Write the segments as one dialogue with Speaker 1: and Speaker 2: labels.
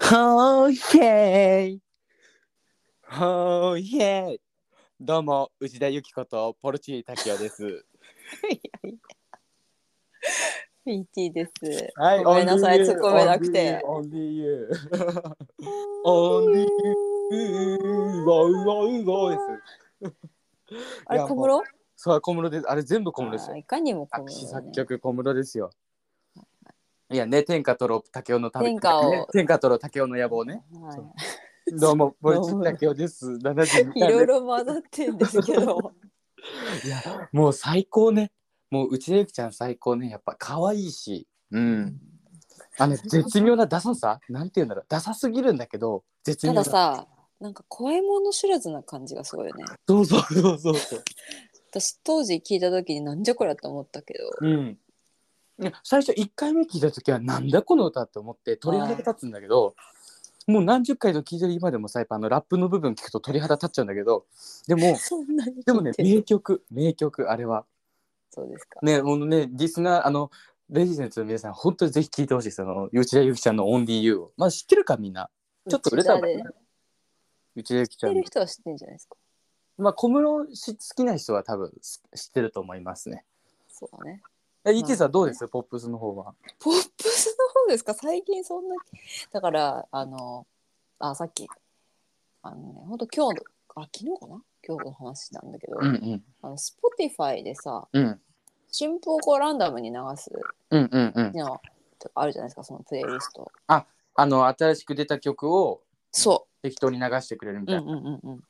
Speaker 1: ほーイェーイほーイェーイどうも、内田由紀子とポルチー滝雄です。
Speaker 2: PT です。
Speaker 1: は
Speaker 2: ごめんなさい突っ込めなくて。
Speaker 1: オンリーユー。オンリーユー。うわうわうわです。
Speaker 2: あれ、
Speaker 1: いや
Speaker 2: 小室
Speaker 1: そう、小室です。あれ全部小室です
Speaker 2: あー
Speaker 1: よ。
Speaker 2: いかにも小
Speaker 1: 作
Speaker 2: 室
Speaker 1: 詞
Speaker 2: だね、
Speaker 1: 作曲小室ですよ。いやね、天下取ろう、竹雄の旅。
Speaker 2: 天下を
Speaker 1: ね天下取ろう、竹雄の野望 ね。
Speaker 2: はい
Speaker 1: そうどうも、ポルチー滝雄です。72
Speaker 2: い
Speaker 1: 回目
Speaker 2: ろいろ混ざってんですけ ど。
Speaker 1: いやもう最高ねもう内田ゆきちゃん最高ねやっぱ可愛いしうんあの絶妙なダサさなんて言うんだろうダサすぎるんだけど絶
Speaker 2: た
Speaker 1: 妙な
Speaker 2: ださ、なんか怖いもの知らずな感じがすごいよね。
Speaker 1: そうそうそうそうそう
Speaker 2: 私当時聞いた時になんじゃこりゃと思ったけど。
Speaker 1: うんいや最初1回目聞いた時はなんだこの歌って思って鳥肌が立つんだけどもう何十回と聞いてる今でもさやっぱあのラップの部分聞くと鳥肌立っちゃうんだけどでも
Speaker 2: そんな
Speaker 1: で
Speaker 2: に聞
Speaker 1: も
Speaker 2: い
Speaker 1: ね
Speaker 2: てる
Speaker 1: 名曲名曲あれは
Speaker 2: そうですか。
Speaker 1: ね、もうね、リスナー、あの、レジデンツの皆さん、本当にぜひ聞いてほしいです。あの、内田ゆきちゃんのオンリーユーを。まあ、知ってるか、みんな。ちょっと売れた
Speaker 2: う
Speaker 1: の
Speaker 2: ち
Speaker 1: か
Speaker 2: ら
Speaker 1: な
Speaker 2: で知っ
Speaker 1: 内田ゆきちゃ
Speaker 2: て
Speaker 1: ん
Speaker 2: る
Speaker 1: の。
Speaker 2: 人は知ってんじゃないですか。
Speaker 1: まあ、小室し好きな人は多分す知ってると思いますね。
Speaker 2: そうだね。
Speaker 1: え、イチさんどうですポップスの方は。
Speaker 2: ポップスの方ですか最近そんなだからあのあさっきあのねほんと今日のあ昨日かな今日の話なんだけど、
Speaker 1: うんうん。
Speaker 2: あの Spotify でさ
Speaker 1: うん。
Speaker 2: 新譜をこうランダムに流す
Speaker 1: うんうんうん。
Speaker 2: のあるじゃないですかそのプレイリスト
Speaker 1: あの、新しく出た曲を
Speaker 2: そ
Speaker 1: 適当に流してくれるみ
Speaker 2: う
Speaker 1: た
Speaker 2: う
Speaker 1: い
Speaker 2: ん
Speaker 1: な。
Speaker 2: うんうんうん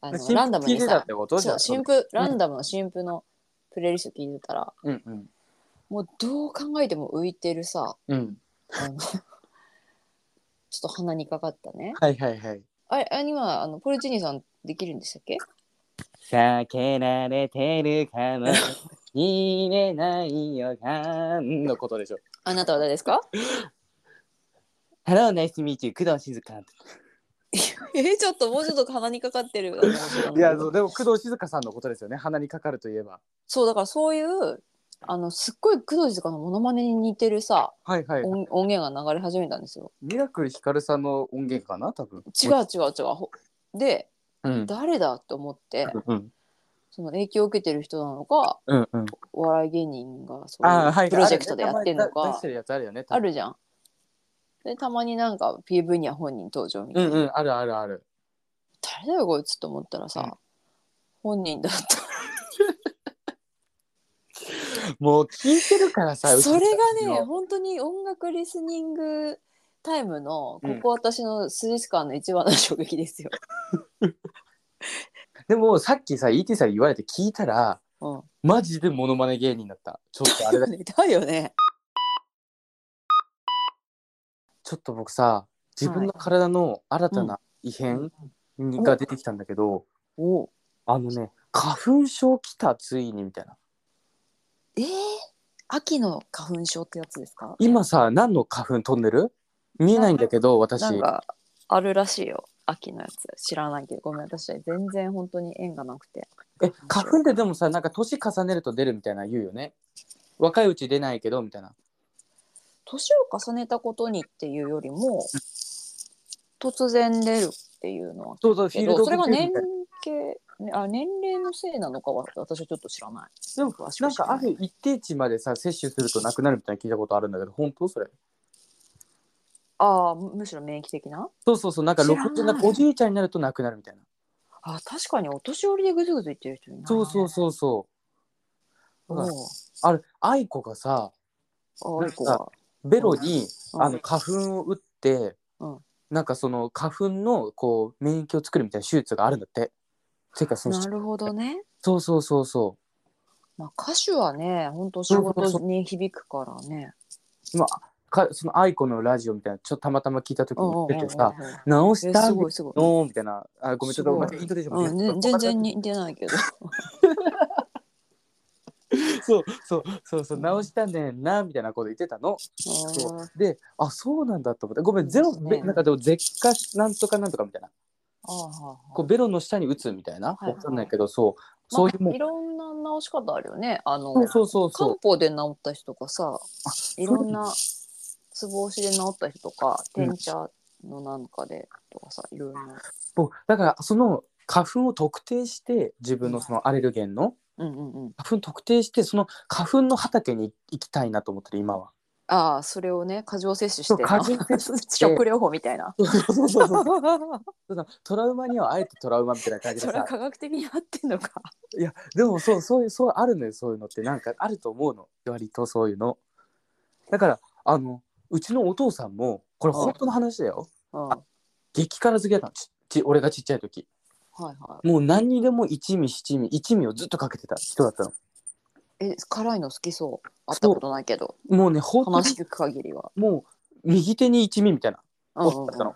Speaker 2: あの
Speaker 1: 新
Speaker 2: ランダム
Speaker 1: 聞聞い
Speaker 2: に
Speaker 1: てた
Speaker 2: さ
Speaker 1: ってことじ
Speaker 2: そ
Speaker 1: ゃ。
Speaker 2: うん新譜ランダムの新譜のプレイリスト聞いてたら
Speaker 1: うんうん。
Speaker 2: もうどう考えても浮いてるさ
Speaker 1: うん。
Speaker 2: あのちょっと鼻にかかったね
Speaker 1: はいはいはい。
Speaker 2: あれ、あ今、あの、ポルチーニさんできるんでしたっけ
Speaker 1: 避けられてるかもしれない予感のことでしょ。
Speaker 2: あなたは誰ですか
Speaker 1: Hello, nice to meet you. 工藤静香。
Speaker 2: え、ちょっともうちょっと鼻にかかってる。
Speaker 1: いや、
Speaker 2: そ
Speaker 1: そううでも工藤静香さんのことですよね。鼻にかかるといえば。
Speaker 2: そう、だからそういう、あの、すっごい工藤静香のモノマネに似てるさ、
Speaker 1: はいはい。
Speaker 2: 音音源が流れ始めたんですよ。
Speaker 1: ミラクルヒカルさんの音源かな、多分。
Speaker 2: 違う違う違うほ。で、
Speaker 1: うん。
Speaker 2: 誰だと思って、
Speaker 1: うん。
Speaker 2: その影響を受けてる人なのか、
Speaker 1: うん。うん。
Speaker 2: お笑い芸人がそう
Speaker 1: あ
Speaker 2: い
Speaker 1: あ、は
Speaker 2: う
Speaker 1: い。
Speaker 2: プロジェクトでやってんの
Speaker 1: あれ出
Speaker 2: か
Speaker 1: して、るやつあるよね。多
Speaker 2: あ
Speaker 1: 分。
Speaker 2: るじゃん。で、たまになんか PV には本人登場みたいな
Speaker 1: うんうん、あるあるある。
Speaker 2: 誰だよこいつと思ったらさ、
Speaker 1: うん
Speaker 2: 本人だった
Speaker 1: もう聞いてるからさ。
Speaker 2: それ
Speaker 1: うち
Speaker 2: がね
Speaker 1: の。
Speaker 2: 本当に音楽リスニングタイムの
Speaker 1: う
Speaker 2: こ
Speaker 1: ん
Speaker 2: こ私の数日間の一番の衝撃ですよ。
Speaker 1: でも、さっきさ、E. T. さんに言われて聞いたら。
Speaker 2: うん、
Speaker 1: マジでモノマネ芸人だった。ちょっとあれ だ。
Speaker 2: だよね。
Speaker 1: ちょっと僕さ。自分の体の新たな異変。が出てきたんだけど。
Speaker 2: お
Speaker 1: あのね。花粉症来た、ついにみたいな。
Speaker 2: えー、秋の花粉症ってやつですか
Speaker 1: 今さ何の花粉飛んでる見えないんだけど私
Speaker 2: なんかあるらしいよ秋のやつ知らないけどごめん私は全然本当に縁がなくて。
Speaker 1: え花粉ってでもさなんか年重ねると出るみたいな言うよね若いうち出ないけどみたいな
Speaker 2: 年を重ねたことにっていうよりも突然出るっていうのは
Speaker 1: そうそうフィー
Speaker 2: け
Speaker 1: ル
Speaker 2: ど
Speaker 1: ド
Speaker 2: それが年
Speaker 1: みたいな
Speaker 2: 齢あ年齢のせいなのかは私はちょっと知らない。
Speaker 1: でも
Speaker 2: 詳しく知ら
Speaker 1: なんかある一定値までさ摂取するとなくなるみたいな聞いたことあるんだけど本当それ
Speaker 2: ああむむしろ免疫的な
Speaker 1: そうそうそうなんか
Speaker 2: 知らない
Speaker 1: 60なんかおじいちゃんになるとなくなるみたいな
Speaker 2: あー確かにお年寄りでぐずぐず言ってる人いない。
Speaker 1: そうそうそうそうだから
Speaker 2: おう
Speaker 1: あれ愛子がさ
Speaker 2: あー愛子が
Speaker 1: ベロに
Speaker 2: うん
Speaker 1: あの花粉を打って
Speaker 2: うん
Speaker 1: なんかその花粉のこう免疫を作るみたいな手術があるんだっててかその
Speaker 2: なるほどね。
Speaker 1: そうそうそうそ
Speaker 2: まあ歌手はね本当仕事に響くからね。
Speaker 1: う。まあ、かその愛子のラジオみたいな、ちょっとたまたま聞いた時
Speaker 2: うんう
Speaker 1: に
Speaker 2: んうんう
Speaker 1: 出
Speaker 2: ん
Speaker 1: てさ、
Speaker 2: え
Speaker 1: 直した
Speaker 2: す
Speaker 1: の
Speaker 2: ごいすごい。
Speaker 1: ーみたいな、あごめん、ちょっと
Speaker 2: すごい
Speaker 1: 待ってイントネーション
Speaker 2: う
Speaker 1: 間違
Speaker 2: ん、
Speaker 1: えた
Speaker 2: ね全然似てない けど。
Speaker 1: そうそうそうそう、直したねんなみたいなこと言ってたの。
Speaker 2: あ
Speaker 1: で、あそうなんだと思って、ごめん、ゼロ、
Speaker 2: そうですね
Speaker 1: べなんかでも舌下なんとかなんとかみたいな、
Speaker 2: あーは
Speaker 1: こうベロの下に打つみたいな、
Speaker 2: いはい
Speaker 1: わかんないけど、そう、
Speaker 2: ーは
Speaker 1: そう
Speaker 2: ー
Speaker 1: いう
Speaker 2: ま
Speaker 1: も
Speaker 2: あ
Speaker 1: ん
Speaker 2: い。ろんな直し方あるよね。あの
Speaker 1: そうそうそうそ
Speaker 2: 漢
Speaker 1: う。
Speaker 2: 方で治った人とかさいろん
Speaker 1: そう
Speaker 2: なつぼ押しで治った人とか
Speaker 1: うん
Speaker 2: 天茶のなんかでとかさいろいろな
Speaker 1: 僕だからその花粉を特定して自分のそのアレルゲンの
Speaker 2: うんうんうん
Speaker 1: 花粉特定してその花粉の畑に行きたいなと思ってる今は。
Speaker 2: ああそれをね過剰摂取し
Speaker 1: そう
Speaker 2: て
Speaker 1: 過剰摂取
Speaker 2: して 食療法みたいな
Speaker 1: そうだトラウマにはあえてトラウマみたいな感じ
Speaker 2: そ
Speaker 1: で
Speaker 2: れは
Speaker 1: さ
Speaker 2: 科学的に合ってんのか
Speaker 1: いやでもそうそういうそうあるのよそういうのってなんかあると思うの割とそういうのだからあのうちのお父さんもこれ本当の話だよ
Speaker 2: うんは
Speaker 1: あ激辛好きだったのちち俺がちっちゃい時
Speaker 2: いは
Speaker 1: もう何にでも一味七味一味をずっとかけてた人だったの
Speaker 2: いえ辛いの好きそう会ったことないけど
Speaker 1: もうねほんとに
Speaker 2: 話聞く限りは
Speaker 1: もう右手に一味みたいな
Speaker 2: うんうん
Speaker 1: おったの、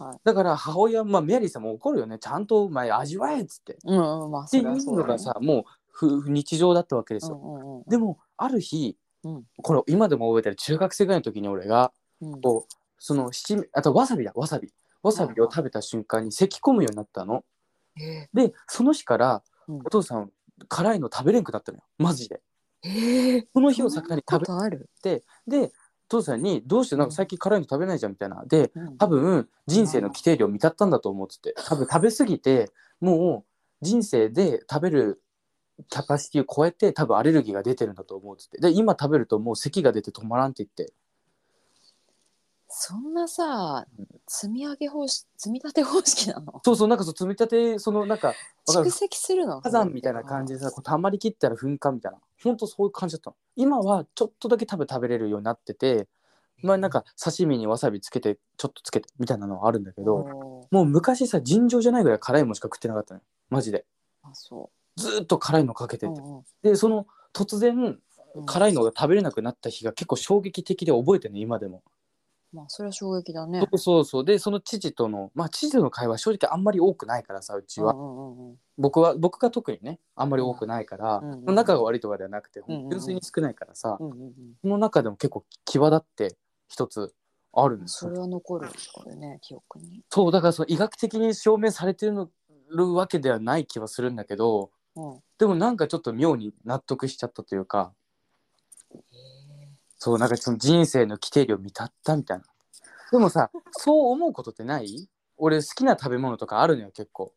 Speaker 2: はい
Speaker 1: だから母親、まあ、メアリーさんも怒るよねちゃんとお前味わえっつって。
Speaker 2: うんうんうんまあ
Speaker 1: って
Speaker 2: そ
Speaker 1: いう
Speaker 2: れはそう
Speaker 1: の
Speaker 2: だね
Speaker 1: がさもうふ日常だったわけです
Speaker 2: う
Speaker 1: よ。
Speaker 2: んうんうん
Speaker 1: でもある日、
Speaker 2: うん
Speaker 1: これ今でも覚えてる中学生ぐらいの時に俺が
Speaker 2: うん
Speaker 1: こうその七味あとわさびだわさびわさびを食べた瞬間に咳き込むようになったの。
Speaker 2: え
Speaker 1: でその日から
Speaker 2: うん
Speaker 1: お父さん辛いの食べれんくなったのよマジで。
Speaker 2: ーえー
Speaker 1: その日を
Speaker 2: そんな
Speaker 1: 境に
Speaker 2: こ
Speaker 1: 食
Speaker 2: とある
Speaker 1: べてでお父さんに「どうしてなんか最近辛いの食べないじゃん」みたいな。で
Speaker 2: うん
Speaker 1: 多分人生の規定量満たったんだと思ってて多分食べ過ぎてもう人生で食べるキャパシティを超えて多分アレルギーが出てるんだと思うっつってで今食べるともう咳が出て止まらんって言って
Speaker 2: そんなさ積み上げ方式積み立て方式なの
Speaker 1: そうそうなんかそう積み立てそのなんかわか
Speaker 2: 蓄
Speaker 1: る
Speaker 2: 積するの
Speaker 1: 火山みたいな感じでさこうたまりきったら噴火みたいなほんとそういう感じだったの今はちょっとだけ多分食べれるようになっててまあなんか刺身にわさびつけてちょっとつけてみたいなのはあるんだけど
Speaker 2: ど
Speaker 1: もう昔さ尋常じゃないぐらい辛いもんしか食ってなかったのよマジで
Speaker 2: あそ
Speaker 1: ずーっと辛いのかけ
Speaker 2: う
Speaker 1: て
Speaker 2: う
Speaker 1: て
Speaker 2: んうん
Speaker 1: でその突然
Speaker 2: うん
Speaker 1: 辛いのが食べれなくなった日が結構衝撃的で覚えてるね今でも、
Speaker 2: まあそれは衝撃だね
Speaker 1: そうそうそうでその父とのまあ父との会話正直あんまり多くないからさうちは、
Speaker 2: うんうんうん
Speaker 1: 僕は僕が特にねあんまり多くないから、
Speaker 2: うんうんうん
Speaker 1: 仲が悪いとかではなくて
Speaker 2: んうんうん
Speaker 1: 純粋に少ないからさ、
Speaker 2: うんうんうん
Speaker 1: その中でも結構際立って一つあるんです
Speaker 2: そ
Speaker 1: よ
Speaker 2: れは残るこれね記憶に
Speaker 1: そうだからその医学的に証明されてるのるわけではない気はするんだけど
Speaker 2: うん
Speaker 1: でもなんかちょっと妙に納得しちゃったというかそうなんかその人生の規定量満たったみたいなでもさそう思うことってない俺好きな食べ物とかあるのよ結構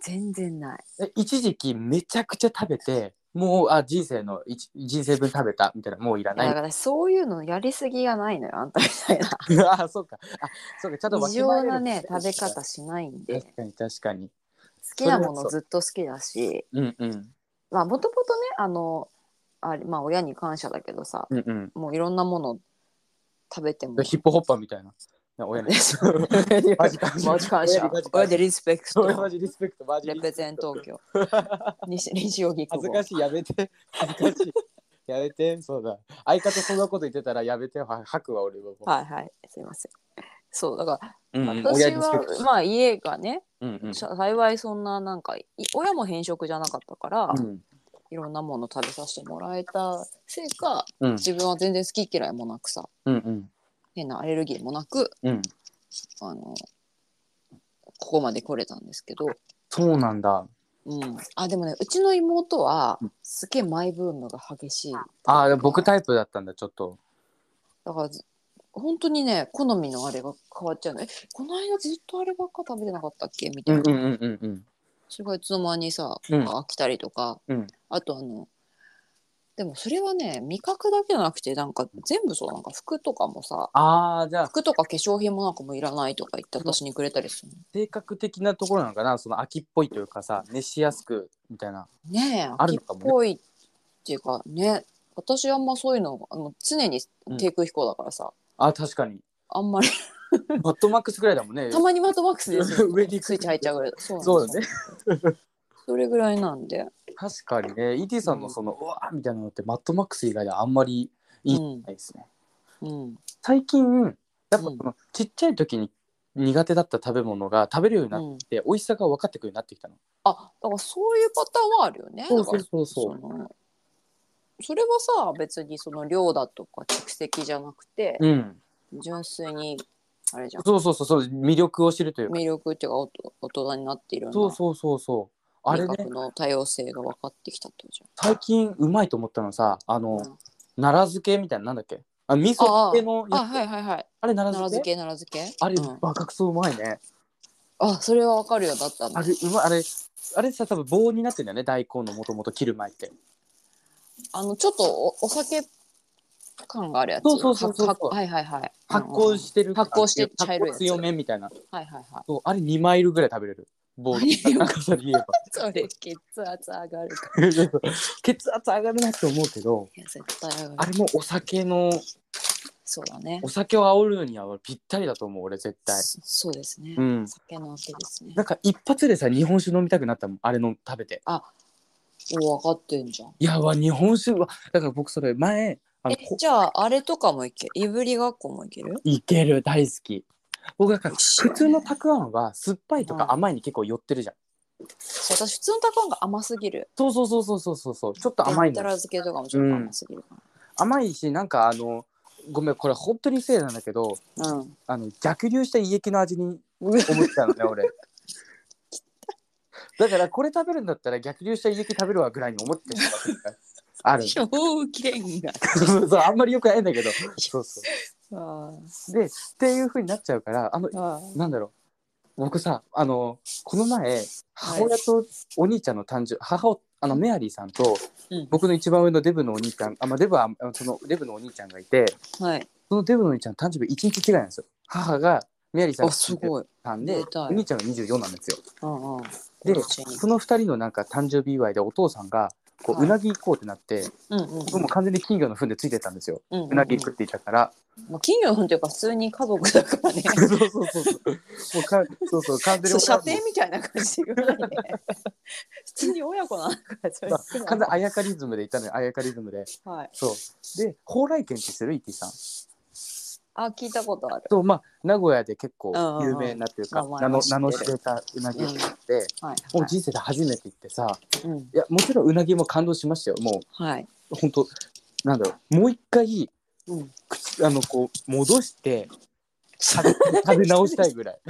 Speaker 2: 全然ない
Speaker 1: え一時期めちゃくちゃ食べてもうあ人生の一人生分食べたみたいなもういらな
Speaker 2: だ
Speaker 1: い
Speaker 2: から私そういうのやりすぎがないのよあんたみたいな
Speaker 1: あそうかあそうかちゃんとわ
Speaker 2: 異
Speaker 1: きまえれ
Speaker 2: 常
Speaker 1: る
Speaker 2: なね食べ方しないんで
Speaker 1: 確かに確かに
Speaker 2: 好きなも
Speaker 1: それは
Speaker 2: の
Speaker 1: そう
Speaker 2: ずっと好きだし
Speaker 1: うんうん
Speaker 2: まあもともとねあのあれまあ親に感謝だけどさ
Speaker 1: うん
Speaker 2: もういろんなもの食べても
Speaker 1: うん ヒップホッパーみたいなな親に
Speaker 2: マ
Speaker 1: マジ感謝
Speaker 2: マジ感謝
Speaker 1: マジ感謝
Speaker 2: 親でリスペク
Speaker 1: それ
Speaker 2: ト
Speaker 1: マジリスペクトマジ
Speaker 2: レ
Speaker 1: リスペ
Speaker 2: ペ
Speaker 1: クト
Speaker 2: ゼン 東京西西荻
Speaker 1: 恥ず
Speaker 2: 窪
Speaker 1: かしいやめて恥ずかしいやめてそうだ相方そんなこと言ってたらやめては吐くわ俺も、
Speaker 2: はいはいすいませんそうだから
Speaker 1: うんうん
Speaker 2: 私
Speaker 1: 親にスペ
Speaker 2: は
Speaker 1: クトして
Speaker 2: まあ家がね
Speaker 1: うんうん
Speaker 2: 幸いそんななんかい親も偏食じゃなかったから
Speaker 1: うん
Speaker 2: いろんなもの食べさせてもらえたせいか
Speaker 1: うん
Speaker 2: 自分は全然好き嫌いもなくさ
Speaker 1: うんうん
Speaker 2: 変なアレルギーもなく
Speaker 1: うん
Speaker 2: あのここまで来れたんですけど、
Speaker 1: そうなんだ
Speaker 2: うん、あでもねうちの妹は
Speaker 1: うん
Speaker 2: すげえマイブームが激しい
Speaker 1: あー僕タイプだったんだちょっと
Speaker 2: だからず本当にね好みのあれが変わっちゃうのえこの間ずっとあればっか食べてなかったっけみた
Speaker 1: う
Speaker 2: いな、
Speaker 1: んうんうんうん
Speaker 2: それがいつの間にさ、
Speaker 1: うん
Speaker 2: 飽きたりとか、
Speaker 1: うん
Speaker 2: あとあのでもそれはね味覚だけじゃなくてなんか全部そうなんか服とかもさ
Speaker 1: ああじゃあ
Speaker 2: 服とか化粧品もなんかもういらないとか言って私にくれたりする
Speaker 1: 性格的なところなのかなその秋っぽいというかさ熱しやすくみたいな
Speaker 2: のねえ
Speaker 1: あ
Speaker 2: 秋
Speaker 1: る
Speaker 2: っ
Speaker 1: のかもね
Speaker 2: ぽいっていうかね私あんまそういうのあの常に低空飛行だからさ、
Speaker 1: あー確かに
Speaker 2: あんまり
Speaker 1: バットマックスぐらいだもんね
Speaker 2: たまにマットマックスですよ
Speaker 1: 上に
Speaker 2: スイッチ入っちゃうぐらいそう
Speaker 1: そう
Speaker 2: なん
Speaker 1: だ
Speaker 2: です
Speaker 1: ね
Speaker 2: よそれぐらいなんで、
Speaker 1: 確かにね ET さんのその、うわーみたいなのってマットマックス以外であんまりいい
Speaker 2: うん
Speaker 1: ないですね
Speaker 2: うん、
Speaker 1: 最近やっぱ
Speaker 2: う
Speaker 1: こ
Speaker 2: ん
Speaker 1: のちっちゃい時に苦手だった食べ物が食べるようになっ
Speaker 2: うん、
Speaker 1: て、美味しさが分かってくるようになってきたの。
Speaker 2: あだからそういうパターンはあるよねだから
Speaker 1: そう
Speaker 2: そのそれはさ別にその量だとか蓄積じゃなくて
Speaker 1: う。うん。
Speaker 2: 純粋にあれじゃん
Speaker 1: そうそうそうそう魅力を知るというか。
Speaker 2: 魅力っていうかおと大人になっている
Speaker 1: そ
Speaker 2: よ
Speaker 1: うそうそうそう。
Speaker 2: うな
Speaker 1: あれ
Speaker 2: 味
Speaker 1: ね
Speaker 2: 覚の多様性が分かってきたってことじ
Speaker 1: 最近うまいと思ったのさあ
Speaker 2: ゃん
Speaker 1: の、
Speaker 2: うん
Speaker 1: 奈良漬けみたいななんだっけあ味噌
Speaker 2: ああ
Speaker 1: 漬けのやつ
Speaker 2: あはいはいはい
Speaker 1: あれ奈良
Speaker 2: 奈
Speaker 1: 漬
Speaker 2: 良漬
Speaker 1: け
Speaker 2: け奈良漬け
Speaker 1: あれ、
Speaker 2: うん
Speaker 1: バカクソうまいね
Speaker 2: あそれはわかるよだったんだ
Speaker 1: あれうまいあれあれさ多分棒になってんだよね大根のもともと切る前って
Speaker 2: あのちょっとおお酒感があるやつ
Speaker 1: そうそうそうそう
Speaker 2: はははいはいはい
Speaker 1: 発酵
Speaker 2: し
Speaker 1: してる
Speaker 2: 発酵して茶色いやつ
Speaker 1: 発酵強めみたいな
Speaker 2: はいはいはい
Speaker 1: そうあれ2マイルぐらい食べれる棒の長さで言えば
Speaker 2: それ血圧上がるか
Speaker 1: 血圧上がるなって思うけど
Speaker 2: らいや絶対上が
Speaker 1: あ
Speaker 2: る
Speaker 1: れもお酒の
Speaker 2: そうだね
Speaker 1: お酒を煽るにはぴったりだと思う俺絶対
Speaker 2: そそうですね、
Speaker 1: うん
Speaker 2: 酒のあてですね
Speaker 1: なんか一発でさ日本酒飲みたくなったもんあれの食べて
Speaker 2: お分かってんじゃん
Speaker 1: いやわ日本酒はだから僕それ前あの
Speaker 2: え
Speaker 1: こ
Speaker 2: じゃああれとかもいけいぶりがっこもいける
Speaker 1: いける大好き僕なんか
Speaker 2: 美味しい
Speaker 1: 普
Speaker 2: よね
Speaker 1: 通のたくあんは酸っぱいと
Speaker 2: う
Speaker 1: か
Speaker 2: ん
Speaker 1: 甘いに結構寄ってるじゃん
Speaker 2: そう私普通のたくあんが甘すぎる
Speaker 1: そうそうそうそうそうそうそうちょっと甘い
Speaker 2: た
Speaker 1: の
Speaker 2: ら漬けとかもちょっと甘すぎるか
Speaker 1: 甘いしなんかあのごめんこれ本当にせいなんだけど
Speaker 2: らうん、
Speaker 1: あの逆流した胃液の味に思ってたのね俺 だからこれ食べるんだったら逆流した胃液食べるわぐらいに思ってたわけだからあ る
Speaker 2: 表現が
Speaker 1: そうそうあんまりよくないんだけどそうそ
Speaker 2: あ
Speaker 1: うでっていう風になっちゃうからあの
Speaker 2: あ
Speaker 1: なんだろう僕さあのこの前母親とお兄ちゃんの誕生母をあのメアリーさんと
Speaker 2: うん
Speaker 1: 僕の一番上のデブのお兄ちゃんあ、まあ、デブはあのそのデブのお兄ちゃんがいて
Speaker 2: はい
Speaker 1: そのデブのお兄ちゃんの誕生日1日違いなんですよ母がメアリーさん
Speaker 2: あ
Speaker 1: が
Speaker 2: すごい
Speaker 1: たんで
Speaker 2: めでたい
Speaker 1: お兄ちゃんが24なんですよ
Speaker 2: うんうん
Speaker 1: で
Speaker 2: どっちに
Speaker 1: その2人のなんか誕生日祝いでお父さんがこう
Speaker 2: はいう
Speaker 1: なぎ行こうってなって
Speaker 2: うんうん
Speaker 1: 僕もう完全に金魚の糞でついてったんですよ
Speaker 2: うんうん
Speaker 1: うなぎ食っていたから
Speaker 2: まあ金魚の糞というか普通に家族だからね
Speaker 1: そうそうそうそうもうかそうそう完全に
Speaker 2: そう
Speaker 1: お母
Speaker 2: 射
Speaker 1: さん
Speaker 2: 程みたいな感じぐらいね普通に親子なのからそれ
Speaker 1: まあ完全にあやかリズムでいたのよあやかリズムで
Speaker 2: はい
Speaker 1: そうで蓬莱軒って知ってるイティさん
Speaker 2: あ聞いたことある
Speaker 1: とまあ名古屋で結構
Speaker 2: うんうんうん
Speaker 1: 有名なっていうか
Speaker 2: 名前
Speaker 1: 名の
Speaker 2: は知って
Speaker 1: 名の知
Speaker 2: る
Speaker 1: れたうなぎを食って
Speaker 2: はい
Speaker 1: も
Speaker 2: は
Speaker 1: う人生で初めて行ってさ
Speaker 2: い、うん
Speaker 1: いやもちろんうなぎも感動しましたよも
Speaker 2: はいう
Speaker 1: 本当なんだろうもう一回
Speaker 2: うん
Speaker 1: 口あのこう戻して食べ食べ直したいぐらい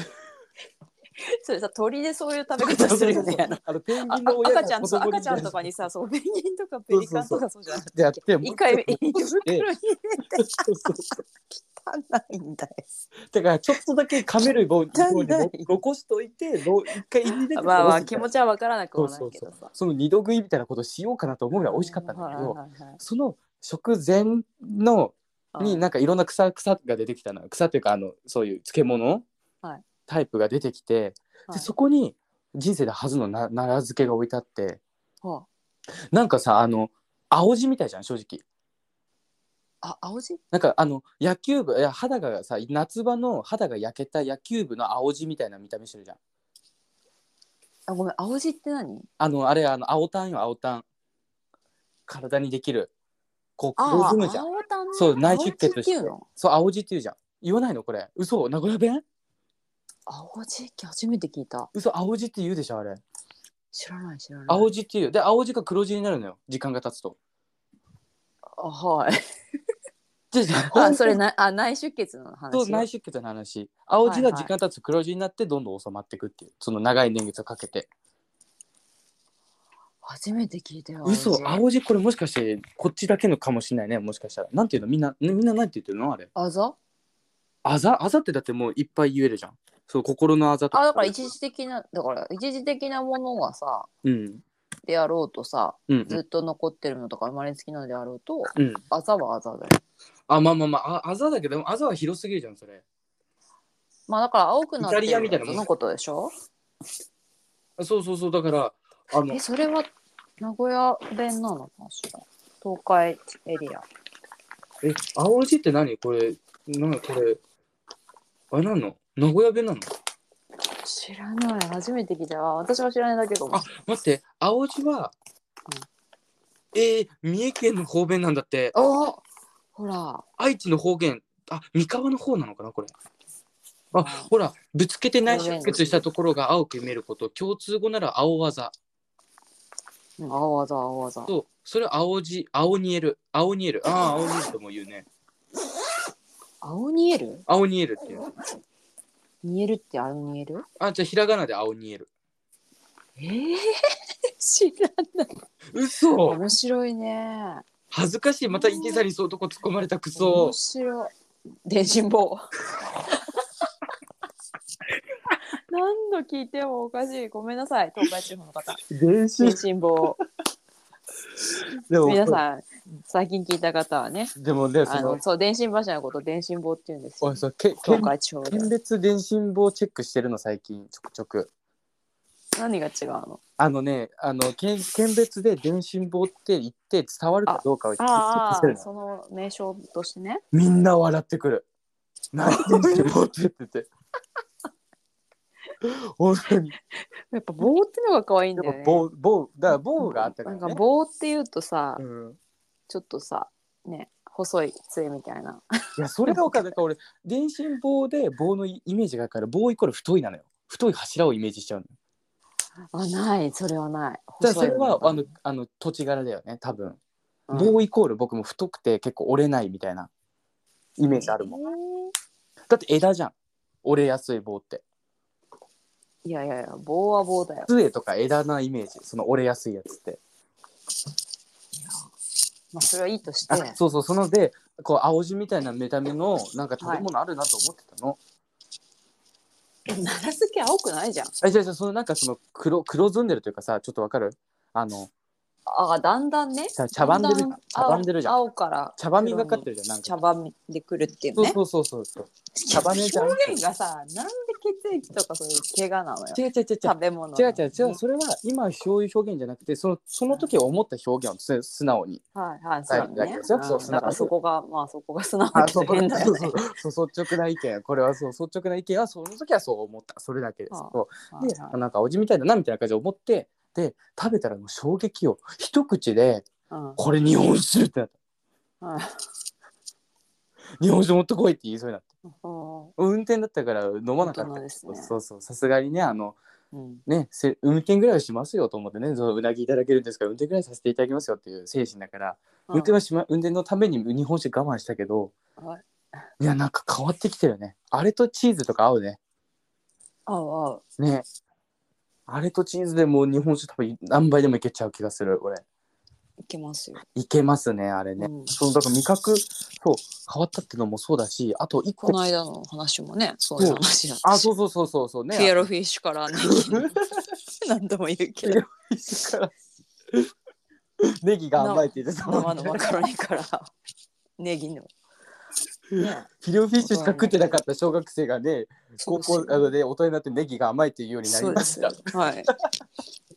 Speaker 2: それさ鳥でそういう食べ方するよねあの
Speaker 1: あのペン
Speaker 2: あ
Speaker 1: ギンの親が
Speaker 2: 赤ちゃん
Speaker 1: 子
Speaker 2: そう
Speaker 1: 供に
Speaker 2: 赤ちゃんとかにさそうペンギンとかペリカンとかそうじゃなくて
Speaker 1: でやってもう
Speaker 2: 一回
Speaker 1: ちょっと戻し
Speaker 2: 袋に
Speaker 1: て
Speaker 2: 入れて
Speaker 1: そうそうそう
Speaker 2: 汚いんだよ
Speaker 1: だからちょっとだけ噛める棒に
Speaker 2: 汚い
Speaker 1: 残しといての一回入れて
Speaker 2: まあまあ
Speaker 1: 戻すみたいな
Speaker 2: 気持ちは分からなくもないけどさ
Speaker 1: その二度食いみたいなことしようかなと思うぐらい美味しかったんだけど、その食前のになんかいろんな草草が出てきたの草というかあのそういう漬物、
Speaker 2: はい
Speaker 1: タイプが出てきて、でそこに人生で初のな奈良漬けが置いてあって
Speaker 2: こ
Speaker 1: なんかさあの青地みたいじゃん正直
Speaker 2: あ青じ
Speaker 1: なんかあの野球部いや肌がさ夏場の肌が焼けた野球部の青地みたいな見た目してるじゃん
Speaker 2: あごめん青じって何
Speaker 1: あのあれあの青タンよ青タン体にできるこう黒
Speaker 2: ああ
Speaker 1: ず
Speaker 2: 青
Speaker 1: むじゃん
Speaker 2: たん
Speaker 1: そう内出血
Speaker 2: 青じっ
Speaker 1: して
Speaker 2: い
Speaker 1: て
Speaker 2: うの
Speaker 1: そう青字って言うじゃん言わないのこれ嘘名古屋弁
Speaker 2: 青じって初めて聞いた
Speaker 1: 嘘青字って言うでしょあれ
Speaker 2: 知らない知らない
Speaker 1: 青字って言うで青字が黒字になるのよ時間が経つと
Speaker 2: あはい
Speaker 1: じゃじ ゃ
Speaker 2: あそれなあ内出血の
Speaker 1: そう
Speaker 2: 話
Speaker 1: 内出血の話青字が時間経つと黒字になってどんどん収まっていくっていうその長い年月をかけて
Speaker 2: 初めて聞いたよ
Speaker 1: 嘘
Speaker 2: 青じ
Speaker 1: 青字これもしかしてこっちだけのかもしれないねもしかしたらなんていうのみんなみんななんて言ってるのあれ
Speaker 2: あざ
Speaker 1: あざあざってだってもういっぱい言えるじゃんそう心のあざと
Speaker 2: あだから一時的なだから一時的なものがさ
Speaker 1: うん
Speaker 2: であろうとさ
Speaker 1: うんう
Speaker 2: ず
Speaker 1: ん
Speaker 2: っと残ってるのとか生まれつきなのであろうと
Speaker 1: うん
Speaker 2: あざはあざだよ
Speaker 1: あまあまあまあああざだけどでもあざは広すぎるじゃんそれ
Speaker 2: まあだから青くなって
Speaker 1: イタリアみたいなもん
Speaker 2: のことでしょ
Speaker 1: そうそうそうだからあの
Speaker 2: えそれは名古屋弁なのかしら東海エリア
Speaker 1: え、青字って何これ、なこれ、あれなの名古屋弁なの
Speaker 2: 知らない初めて聞いたわ私は知らないだけども
Speaker 1: あ、待って、青字は、えー、三重県の方言なんだって、
Speaker 2: おーほら
Speaker 1: 愛知の方言、あ、三河の方なのかなこれ。あ、ほら、ぶつけてない出血したところが青く見えること、共通語なら青技。
Speaker 2: うん青あざ青あざ
Speaker 1: そう、それ青字、青にえる、青にえる。ああ、青にえるとも言うね。
Speaker 2: 青にえる
Speaker 1: 青にえるっていう。
Speaker 2: にえるって青にえる
Speaker 1: あ、じゃあひらがなで青にえる。
Speaker 2: えー、知らない
Speaker 1: 嘘
Speaker 2: 面白いね
Speaker 1: 恥ずかしいまた池さんにそういうとこ突っ込まれたクソ
Speaker 2: 面白い。電信 棒。何度聞いてもおかしい。ごめんなさい。東海地方の方。
Speaker 1: 電
Speaker 2: 電信棒。
Speaker 1: で
Speaker 2: 皆さん、最近聞いた方はね。
Speaker 1: でもねそ
Speaker 2: あ
Speaker 1: の
Speaker 2: の、そう、電信柱のこと、電信棒って言うんです
Speaker 1: お
Speaker 2: よ
Speaker 1: い。そうけ
Speaker 2: 東
Speaker 1: 県
Speaker 2: 海地方では。
Speaker 1: 県別電信棒チェックしてるの最近ちょくちょく
Speaker 2: 何が違うの
Speaker 1: あのねあの県県別で電信棒って言って伝わるかどうかをチェック
Speaker 2: あ
Speaker 1: してる
Speaker 2: あ、
Speaker 1: の
Speaker 2: その名称としてね。
Speaker 1: みんな笑ってくる。何電信棒って言って て。本当に。
Speaker 2: やっぱ棒ってのが可愛いん
Speaker 1: で
Speaker 2: だよ
Speaker 1: も
Speaker 2: ね。
Speaker 1: 棒棒だから棒があったからね。
Speaker 2: なんか棒っていうとさ、
Speaker 1: うん
Speaker 2: ちょっとさ、ね、細い杖みたいな。
Speaker 1: いやそれが分かるだから俺電信棒で棒のイメージがあるから棒イコール太いなのよ太い柱をイメージしちゃうのよ
Speaker 2: あ、ない、それはない。
Speaker 1: だからそれ
Speaker 2: 細いの
Speaker 1: は
Speaker 2: が
Speaker 1: あのあの土地柄だよね多分、
Speaker 2: うん
Speaker 1: 棒イコール僕も太くて結構折れないみたいなイメージあるもん、
Speaker 2: ん。
Speaker 1: だって枝じゃん折れやすい棒って
Speaker 2: いやいやいや、棒は棒だよ。
Speaker 1: 杖とか枝なイメージその折れやすいやつって
Speaker 2: まあ、それはいいとして
Speaker 1: あ。そうそうそのでこう青地みたいな見た目のなんか食べ物あるなと思ってたの、
Speaker 2: え、奈良漬け青くないじゃん。
Speaker 1: えじゃあじゃあそのなんかその黒黒ずんでるというかさちょっとわかるあの
Speaker 2: ああ、だんだんね。
Speaker 1: 茶茶番でる
Speaker 2: だんだん
Speaker 1: 茶番でるじゃん
Speaker 2: 青青から。
Speaker 1: 茶番みがかってるじゃんなんか
Speaker 2: 茶番でくるっていう
Speaker 1: そう
Speaker 2: ね。
Speaker 1: そうそうそうそう茶番じゃん
Speaker 2: 表現がさ、なんで血液とかそういう怪我なのよ。
Speaker 1: 違う違う違う違う
Speaker 2: 食べ物の。
Speaker 1: 違う違う違う、それは今そういう表現じゃなくてそのその時思った表現をす素直に。
Speaker 2: はいはい、そうだね。
Speaker 1: そうそう
Speaker 2: う
Speaker 1: そ
Speaker 2: ん
Speaker 1: う
Speaker 2: だからそこが、まあそこが素直
Speaker 1: あ
Speaker 2: な
Speaker 1: そう
Speaker 2: 変だ
Speaker 1: そ
Speaker 2: よ
Speaker 1: う
Speaker 2: ね
Speaker 1: そう。そう率直な意見これはそう率直な意見はその時はそう思ったそれだけです。
Speaker 2: はあ
Speaker 1: そ
Speaker 2: は
Speaker 1: う
Speaker 2: い
Speaker 1: で
Speaker 2: はい
Speaker 1: あなんかおじみたいだなみたいな感じで思ってで食べたらもう衝撃を一口で
Speaker 2: うん
Speaker 1: これ日本酒ってなった
Speaker 2: うん
Speaker 1: 日本酒持ってこいって言いそうになった
Speaker 2: うん
Speaker 1: 運転だったから飲まなかった
Speaker 2: 大人ですね
Speaker 1: そうそうさすがにねあの
Speaker 2: うん
Speaker 1: ねせ運転ぐらいはしますよと思ってねそううなぎいただけるんですから運転ぐらいさせていただきますよっていう精神だから運転はしま運転のために日本酒我慢したけど
Speaker 2: はい
Speaker 1: いやなんか変わってきてるねあれとチーズとか合うね
Speaker 2: 合う合う。
Speaker 1: ねあれとチーズでもう日本酒多分何杯でもいけちゃう気がする俺
Speaker 2: いけますよ。
Speaker 1: いけますねあれね、
Speaker 2: うん
Speaker 1: そうだから味覚そう変わったってのもそうだしあと一
Speaker 2: この
Speaker 1: 個
Speaker 2: 間の話もね、そういう話だったし。
Speaker 1: あそうそうそうそうそうね
Speaker 2: ピエロフィッシュから ネギ何度も言うけど
Speaker 1: 石から ネギが甘いって言ってたも
Speaker 2: 生
Speaker 1: ん
Speaker 2: の
Speaker 1: ね
Speaker 2: マカロニからネギ の、ね、
Speaker 1: フィレオフィッシュしか食ってなかった小学生がね
Speaker 2: そ
Speaker 1: 高
Speaker 2: うですよ
Speaker 1: 校あのね大人になってネギが甘いっていうようにな
Speaker 2: そ
Speaker 1: り
Speaker 2: う
Speaker 1: ま
Speaker 2: で
Speaker 1: し
Speaker 2: す
Speaker 1: た
Speaker 2: よはい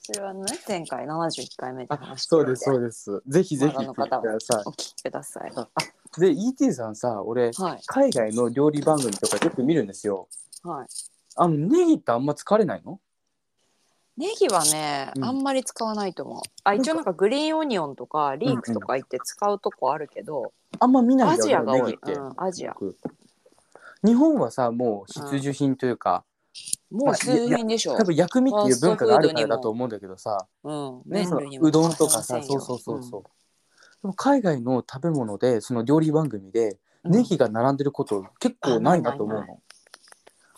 Speaker 2: それはね前回71回目で
Speaker 1: あ
Speaker 2: 話して
Speaker 1: そう
Speaker 2: るの
Speaker 1: ですそうですぜひぜひ聞い
Speaker 2: まだの
Speaker 1: てく
Speaker 2: 方は
Speaker 1: ださ
Speaker 2: お聞きください
Speaker 1: いで ET さんさ俺
Speaker 2: はい
Speaker 1: 海外の料理番組とかよく見るんですよ
Speaker 2: はい
Speaker 1: あのネギってあんま疲れないの
Speaker 2: ネギはね、
Speaker 1: うん
Speaker 2: あんまり使わないと思うあ一応なんかグリーンオニオンとかリークとか言って使うとこあるけど、
Speaker 1: あんま見ないんだよね
Speaker 2: アジアが多い
Speaker 1: ネギって、
Speaker 2: うんアジア
Speaker 1: 僕日本はさもう必需品というか、
Speaker 2: もう数品でしょ
Speaker 1: 多分薬味っていう文化があるからだと思うんだけどさ、
Speaker 2: うん
Speaker 1: ね、そ
Speaker 2: 麺
Speaker 1: の
Speaker 2: 類にも
Speaker 1: うどんとかさ
Speaker 2: 欠
Speaker 1: そ
Speaker 2: か
Speaker 1: う
Speaker 2: せ
Speaker 1: そうそう
Speaker 2: ません
Speaker 1: そう、
Speaker 2: よ
Speaker 1: でも海外の食べ物でその料理番組で
Speaker 2: うん
Speaker 1: ネギが並んでること結構ないなと思うの、
Speaker 2: あない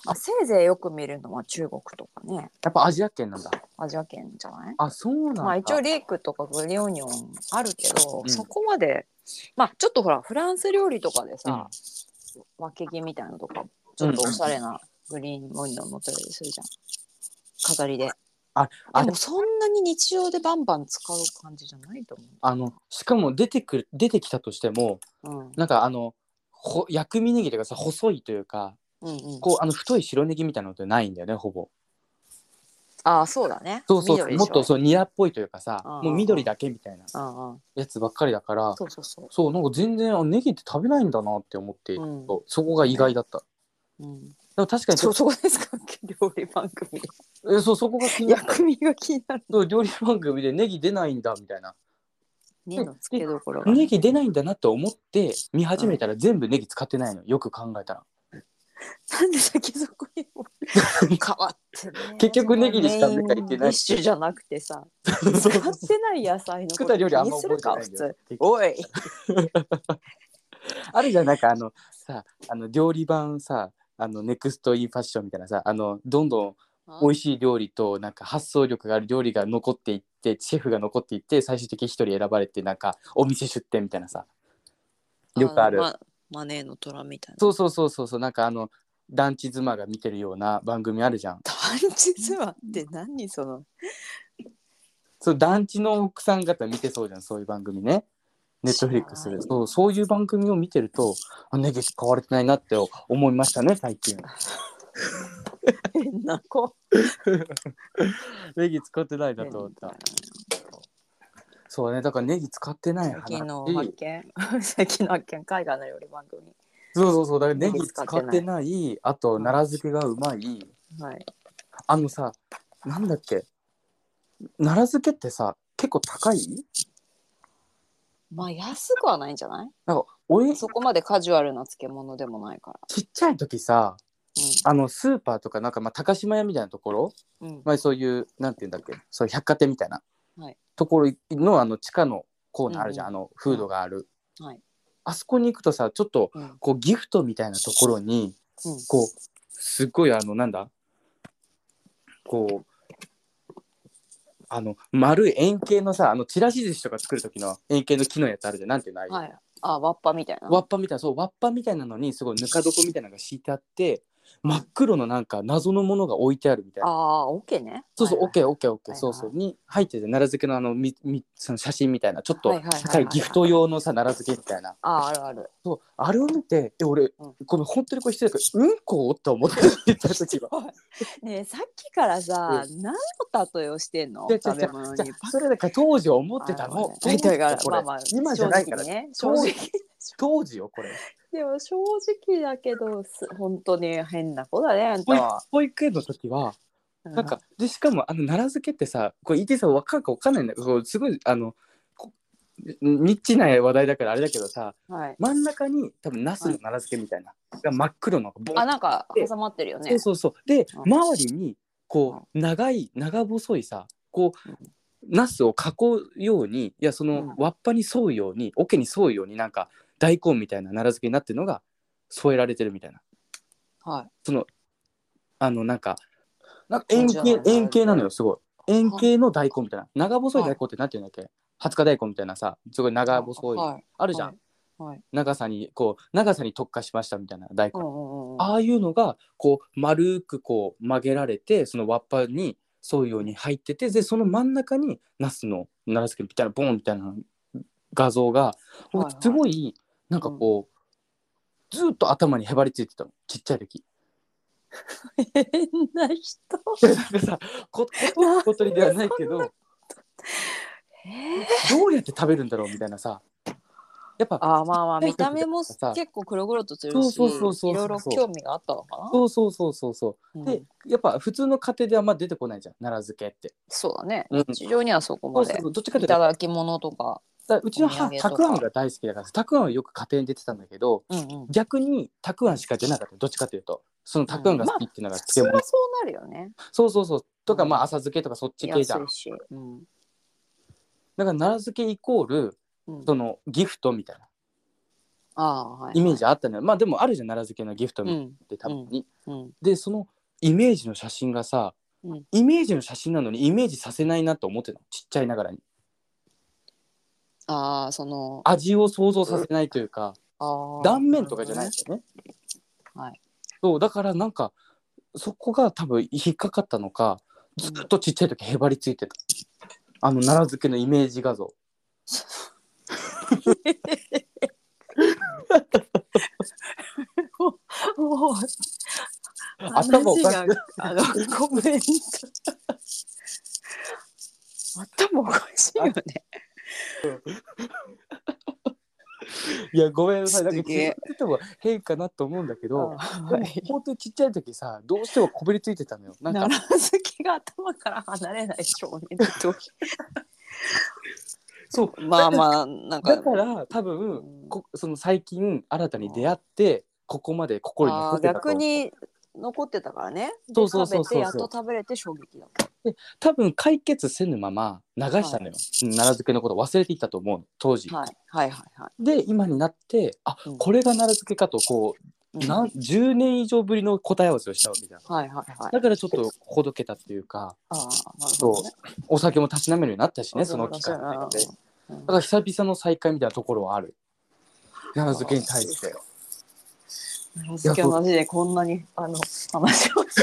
Speaker 2: あせいぜいよく見るのは中国とかね
Speaker 1: やっぱアジア圏なんだ
Speaker 2: アジア圏じゃない
Speaker 1: あそうなんだ、
Speaker 2: まあ一応リークとかグリオニオンあるけど、
Speaker 1: うん
Speaker 2: そこまでまあちょっとほらフランス料理とかでさ、分け毛みたいなのとかちょっとおしゃれなグリーンオニオン乗ってたりするじゃん飾りで
Speaker 1: ああ
Speaker 2: でもそんなに日常でバンバン使う感じじゃないと
Speaker 1: あのしかも出てくる出てきたとしても
Speaker 2: 思う、
Speaker 1: なんかあのほ薬味ネギというかさ細いというか
Speaker 2: うん、うんうん
Speaker 1: こうあの太い白ネギみたいなのってないんだよねほぼ
Speaker 2: ああそうだね
Speaker 1: そうそうそう
Speaker 2: 緑でし
Speaker 1: もっ
Speaker 2: ょ
Speaker 1: とそうニラっぽいというかさ
Speaker 2: あー
Speaker 1: もう緑だけみたいな
Speaker 2: うんうん
Speaker 1: やつばっかりだから
Speaker 2: そうそうそ
Speaker 1: そうなんか全然あネギって食べないんだなって思って、
Speaker 2: う、うん
Speaker 1: そうそこが意外だった
Speaker 2: うん、
Speaker 1: でも確かに
Speaker 2: そそこですか 料理番組で
Speaker 1: えそうそこが気になった
Speaker 2: 薬味が気になる
Speaker 1: そう料理番組でネギ出ないんだみたいな
Speaker 2: 2の付けどころが
Speaker 1: ネギ出ないんだなって思って見始めたら全部ネギ使ってないのよく考えたら、
Speaker 2: なんで先そこにも 変わってね
Speaker 1: 結局ネギにしか目がいってない
Speaker 2: メインディッシュじゃなくてさ
Speaker 1: そう
Speaker 2: 変わってない野菜の
Speaker 1: 作った料理あんま覚えてない
Speaker 2: 気
Speaker 1: んだ
Speaker 2: にする
Speaker 1: よ
Speaker 2: か普通おい
Speaker 1: あるじゃんなんかあのさあの料理版さあのネクストインファッションみたいなさあのどんどん美味しい料理となんか発想力がある料理が残っていっってシェフが残っていって最終的に1人選ばれてなんかお店出店みたいなさよくある
Speaker 2: のまマネーの虎みたいな。
Speaker 1: そうそうそうそうそうなんかあの団地妻が見てるような番組あるじゃん
Speaker 2: 団地妻って何その。
Speaker 1: そう団地の奥さん方見てそうじゃんそういう番組ねネットフリックス
Speaker 2: 知ら
Speaker 1: で
Speaker 2: ない
Speaker 1: そうそういう番組を見てるとあネギ変われてないなって思いましたね最近
Speaker 2: 変な子。
Speaker 1: ネギ使ってないなと思ったそうねだからネギ使ってない
Speaker 2: 最
Speaker 1: 話
Speaker 2: 近の発見。 最近の発見、海外の料理番組。
Speaker 1: そうそうそうだからネギ
Speaker 2: ネギ
Speaker 1: 使
Speaker 2: 使
Speaker 1: っ
Speaker 2: ってて
Speaker 1: な
Speaker 2: ないい
Speaker 1: あと奈良漬けがうまい
Speaker 2: はい。
Speaker 1: あのさなんだっけ奈良漬けってさ結構高い
Speaker 2: まあ、安くはないんじゃない
Speaker 1: なんか俺
Speaker 2: そこまでカジュアルな漬物でもないから。
Speaker 1: ちっちゃい時さ
Speaker 2: う
Speaker 1: あのスーパーとかなんかまあ高島屋みたいなところ、
Speaker 2: ん。うん。
Speaker 1: まあ、そういうなんていうんだっけそういう百貨店みたいな、
Speaker 2: はい
Speaker 1: ところのあの地下のコーナーあるじゃん、
Speaker 2: うん
Speaker 1: あのフードがある、
Speaker 2: はい
Speaker 1: あそこに行くとさちょっと
Speaker 2: うん。
Speaker 1: こうギフトみたいなところに
Speaker 2: うん
Speaker 1: こうすっごいあのなんだこうあの丸い円形のさあのチラシ寿司とか作る時の円形の木のやつあるじゃんなんていうのああいう
Speaker 2: はい。あ、わっぱみたいな。
Speaker 1: わっぱみたいなそうわっぱみたいなのにすごいぬか床みたいなのが敷いてあって真っ黒のなんか謎のものが置いてあるみたい
Speaker 2: あ
Speaker 1: な。
Speaker 2: あ、オッケーね。
Speaker 1: そうそう、オッケー、オッケー、オッケー、
Speaker 2: はいはい
Speaker 1: そうそう、に入ってて、奈良漬けのあの、み、み、その写真みたいな、ちょっと
Speaker 2: はいはいはいはい
Speaker 1: 高いギフト用のさ、奈良漬けみたいな。
Speaker 2: ああ、あるある。
Speaker 1: そう、あれを見て、え、俺、
Speaker 2: う
Speaker 1: この本当にこれ失礼だけど、うんこって思って言った時は。
Speaker 2: ねえさっきからさ、何の例えをしてんの
Speaker 1: で
Speaker 2: 食べ物
Speaker 1: じゃ
Speaker 2: に。
Speaker 1: あそれだから当時思ってたの。
Speaker 2: 大体が、
Speaker 1: こ
Speaker 2: ま
Speaker 1: れ
Speaker 2: あまあ、
Speaker 1: 今じゃないから
Speaker 2: 正直ね。正
Speaker 1: 当
Speaker 2: 直
Speaker 1: 時。当時よこれ
Speaker 2: でも正直だけど、す本当に変な子だね、あんた
Speaker 1: 保育
Speaker 2: は。
Speaker 1: 保育園の時は
Speaker 2: な
Speaker 1: なんか、でしかもあの奈良漬けってさこれ ET さん分かるか分かんないんだけどこうすごいあのこニッチな話題だからあれだけどさ
Speaker 2: はい。
Speaker 1: 真ん中に多分ナスの奈良漬けみたいな、が真っ黒のボン
Speaker 2: あ、なんか挟まってるよね。
Speaker 1: そうそうそうで
Speaker 2: うん
Speaker 1: 周りにこう長い長細いさこう
Speaker 2: うん
Speaker 1: ナスを囲うようにいやそうの
Speaker 2: ん
Speaker 1: 輪っぱに沿うように桶に沿うようになんか大根みたいな奈良漬けになってるのが添えられてるみたいな
Speaker 2: はい。
Speaker 1: あのなんか
Speaker 2: なんか
Speaker 1: 円形円形なのよ。すごい円
Speaker 2: は
Speaker 1: 形の大根みたいな長細い大根ってなんていうんだっけ二十日大根みたいなさすごい長細い
Speaker 2: はい。
Speaker 1: あるじゃん
Speaker 2: はい。
Speaker 1: 長さにこう長さに特化しましたみたいな大
Speaker 2: う
Speaker 1: 根
Speaker 2: んうんうん。
Speaker 1: ああいうのがこう丸くこう曲げられてその輪っぱに沿うように入っててでその真ん中にナスの奈良漬けみたいなボンみたいな画像が
Speaker 2: はいはい
Speaker 1: すごいなんかこう、ずーっと頭にへばりついてたのちっちゃい時。
Speaker 2: 変な 人。
Speaker 1: いやなんかさここと小鳥ではない けどど
Speaker 2: えー
Speaker 1: うやって食べるんだろうみたいなさやっぱ
Speaker 2: あーまあまあ、見た目も
Speaker 1: さ
Speaker 2: 結構黒々とする
Speaker 1: そう
Speaker 2: し、い
Speaker 1: そうそ
Speaker 2: ろ
Speaker 1: うそう
Speaker 2: いろ興味があったのかな。
Speaker 1: そうそうそうそうそううんでやっぱ普通の家庭ではあんま出てこないじゃん奈良漬けって。
Speaker 2: そうだね。
Speaker 1: うん
Speaker 2: 日常にはそこ
Speaker 1: そ
Speaker 2: ま
Speaker 1: うそう
Speaker 2: で。
Speaker 1: そうどっちかとい
Speaker 2: いう
Speaker 1: と
Speaker 2: ただき物とか。
Speaker 1: だからうちの母
Speaker 2: お土産
Speaker 1: た
Speaker 2: とか
Speaker 1: くあんが大好きだからたくあんはよく家庭に出てたんだけど
Speaker 2: うんうん。
Speaker 1: 逆にたくあんしか出なかったどっちかというとそのたくあんが好きっていうのが
Speaker 2: 普
Speaker 1: 漬
Speaker 2: 通
Speaker 1: 物、
Speaker 2: はそうなるよね。
Speaker 1: そうそうそうとか、
Speaker 2: うん
Speaker 1: まあ浅漬けとかそっち系じゃ
Speaker 2: 安
Speaker 1: ん
Speaker 2: いし。うん。
Speaker 1: だから奈良漬けイコール
Speaker 2: うん
Speaker 1: そのギフトみたいな
Speaker 2: ああ、はい。
Speaker 1: イメージあったのよ、まあでもあるじゃん奈良漬けのギフトみたいなって多分に、
Speaker 2: うん。うん。
Speaker 1: でそのイメージの写真がさ、
Speaker 2: うん
Speaker 1: イメージの写真なのにイメージさせないなと思ってたのちっちゃいながらに
Speaker 2: ああ、その、
Speaker 1: 味を想像させないというか、
Speaker 2: あー
Speaker 1: 断面とかじゃないん。ですよね。
Speaker 2: はい
Speaker 1: そうだからなんかそこが多分引っかかったのかずっとちっちゃい時へばりついてたあの奈良漬けのイメージ画像
Speaker 2: もう
Speaker 1: 頭おかしい
Speaker 2: 話があの、ごめん。頭おかしいよね。
Speaker 1: いやごめんなさいなんか
Speaker 2: すげえ
Speaker 1: ちょっとも変かなと思うんだけどで
Speaker 2: は
Speaker 1: も
Speaker 2: い
Speaker 1: 本当にちっちゃい時さどうしてもこびりついてたのよなんか
Speaker 2: 奈良漬けが頭から離れない少年ってどう
Speaker 1: そう
Speaker 2: まあまあ、なんか。
Speaker 1: だから多分こその最近新たに出会ってここまで心に残
Speaker 2: あ
Speaker 1: っ
Speaker 2: ー
Speaker 1: てたと
Speaker 2: 逆
Speaker 1: 思う
Speaker 2: に残ってたからね。で
Speaker 1: そうそうそうそう
Speaker 2: 食べてやっと食べれて衝撃だった。
Speaker 1: 多分解決せぬまま流したのよ、うん奈良漬けのこと忘れていたと思うの当時、
Speaker 2: はいはいはいはい。
Speaker 1: で今になってあ、
Speaker 2: うん
Speaker 1: これが奈良漬けかとこう
Speaker 2: うん
Speaker 1: なん10年以上ぶりの答え合わせをしたわけじゃん。
Speaker 2: はいはいはい。
Speaker 1: だからちょっとほどけたっていうか、
Speaker 2: ああ、なるほどね。
Speaker 1: お酒もたしなめるようになったしね、その期間の中で。だから久々の再会みたいなところはある。奈良漬けに対して。
Speaker 2: 奈良漬けの話でこんなにあの話をして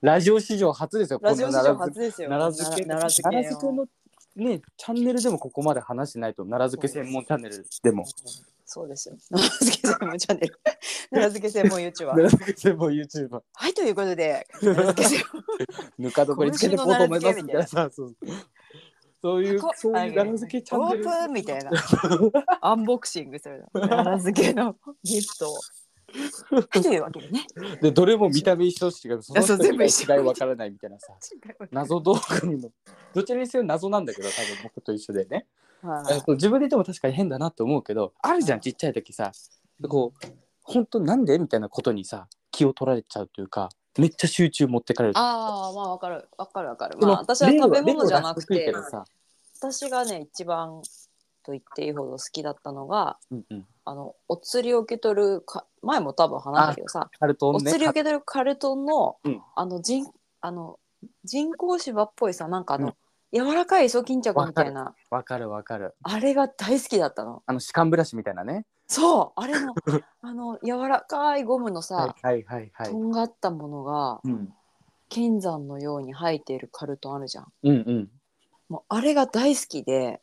Speaker 1: ラジオ史上初ですよ、
Speaker 2: ラジオ史
Speaker 1: こん
Speaker 2: 上
Speaker 1: な
Speaker 2: 初ですよ。
Speaker 1: 奈良漬け
Speaker 2: 奈良
Speaker 1: 奈良
Speaker 2: 漬
Speaker 1: 漬
Speaker 2: け
Speaker 1: け
Speaker 2: を
Speaker 1: のねチャンネルでもここまで話してないと奈良漬け専門チャンネルでも
Speaker 2: そうですよ。奈良漬け専門チャ ンネル。奈良漬け専門 YouTuber。
Speaker 1: 奈良漬け専門 YouTuber
Speaker 2: はい、ということで、奈良漬け専門
Speaker 1: ぬか床につけてこうと思いますみたいなさそう そういう
Speaker 2: こ
Speaker 1: そういう奈良漬けチャン
Speaker 2: オ
Speaker 1: ネ
Speaker 2: ー
Speaker 1: ル
Speaker 2: プンみたいな。 アンボクシングするの。奈良漬けのギフトを。はい、というわけでね。
Speaker 1: でどれも見た目一緒しかその人
Speaker 2: そう全部
Speaker 1: に
Speaker 2: 一緒
Speaker 1: 違いわからないみたいなさ謎動画にもどちらにせよ謎なんだけど多分僕と一緒でね
Speaker 2: はい
Speaker 1: 自分で言っても確かに変だなって思うけどあるじゃんちっちゃい時さこう本当なんでみたいなことにさ気を取られちゃうというかめっちゃ集中持ってかれる
Speaker 2: ああ、まあわかる。わかるわかる。
Speaker 1: で
Speaker 2: ま
Speaker 1: も
Speaker 2: あ私は食べ物じゃなく
Speaker 1: 例を出しにくいけ
Speaker 2: て
Speaker 1: ど、さ
Speaker 2: 私がね、一番と言っていいほど好きだったのが、
Speaker 1: うんうん、
Speaker 2: あの、お釣りを受け取るか、前も多分話したけどさ、
Speaker 1: カルト
Speaker 2: お
Speaker 1: ンね
Speaker 2: 釣りを受け取るカルトンの、
Speaker 1: うん
Speaker 2: あの人、あの、人工芝っぽいさ、なんかあの、
Speaker 1: う
Speaker 2: 柔らかいイソキンチャクみたいな、
Speaker 1: わかるわかる
Speaker 2: あれが大好きだったの。
Speaker 1: あの歯間ブラシみたいなね
Speaker 2: そう、あ れの、あの、柔らかいゴムのさ、
Speaker 1: はいはいはいはい
Speaker 2: とんがったものが
Speaker 1: うん
Speaker 2: 剣山のように生えているカルトンあるじゃん。
Speaker 1: うんうん
Speaker 2: もうあれが大好きで、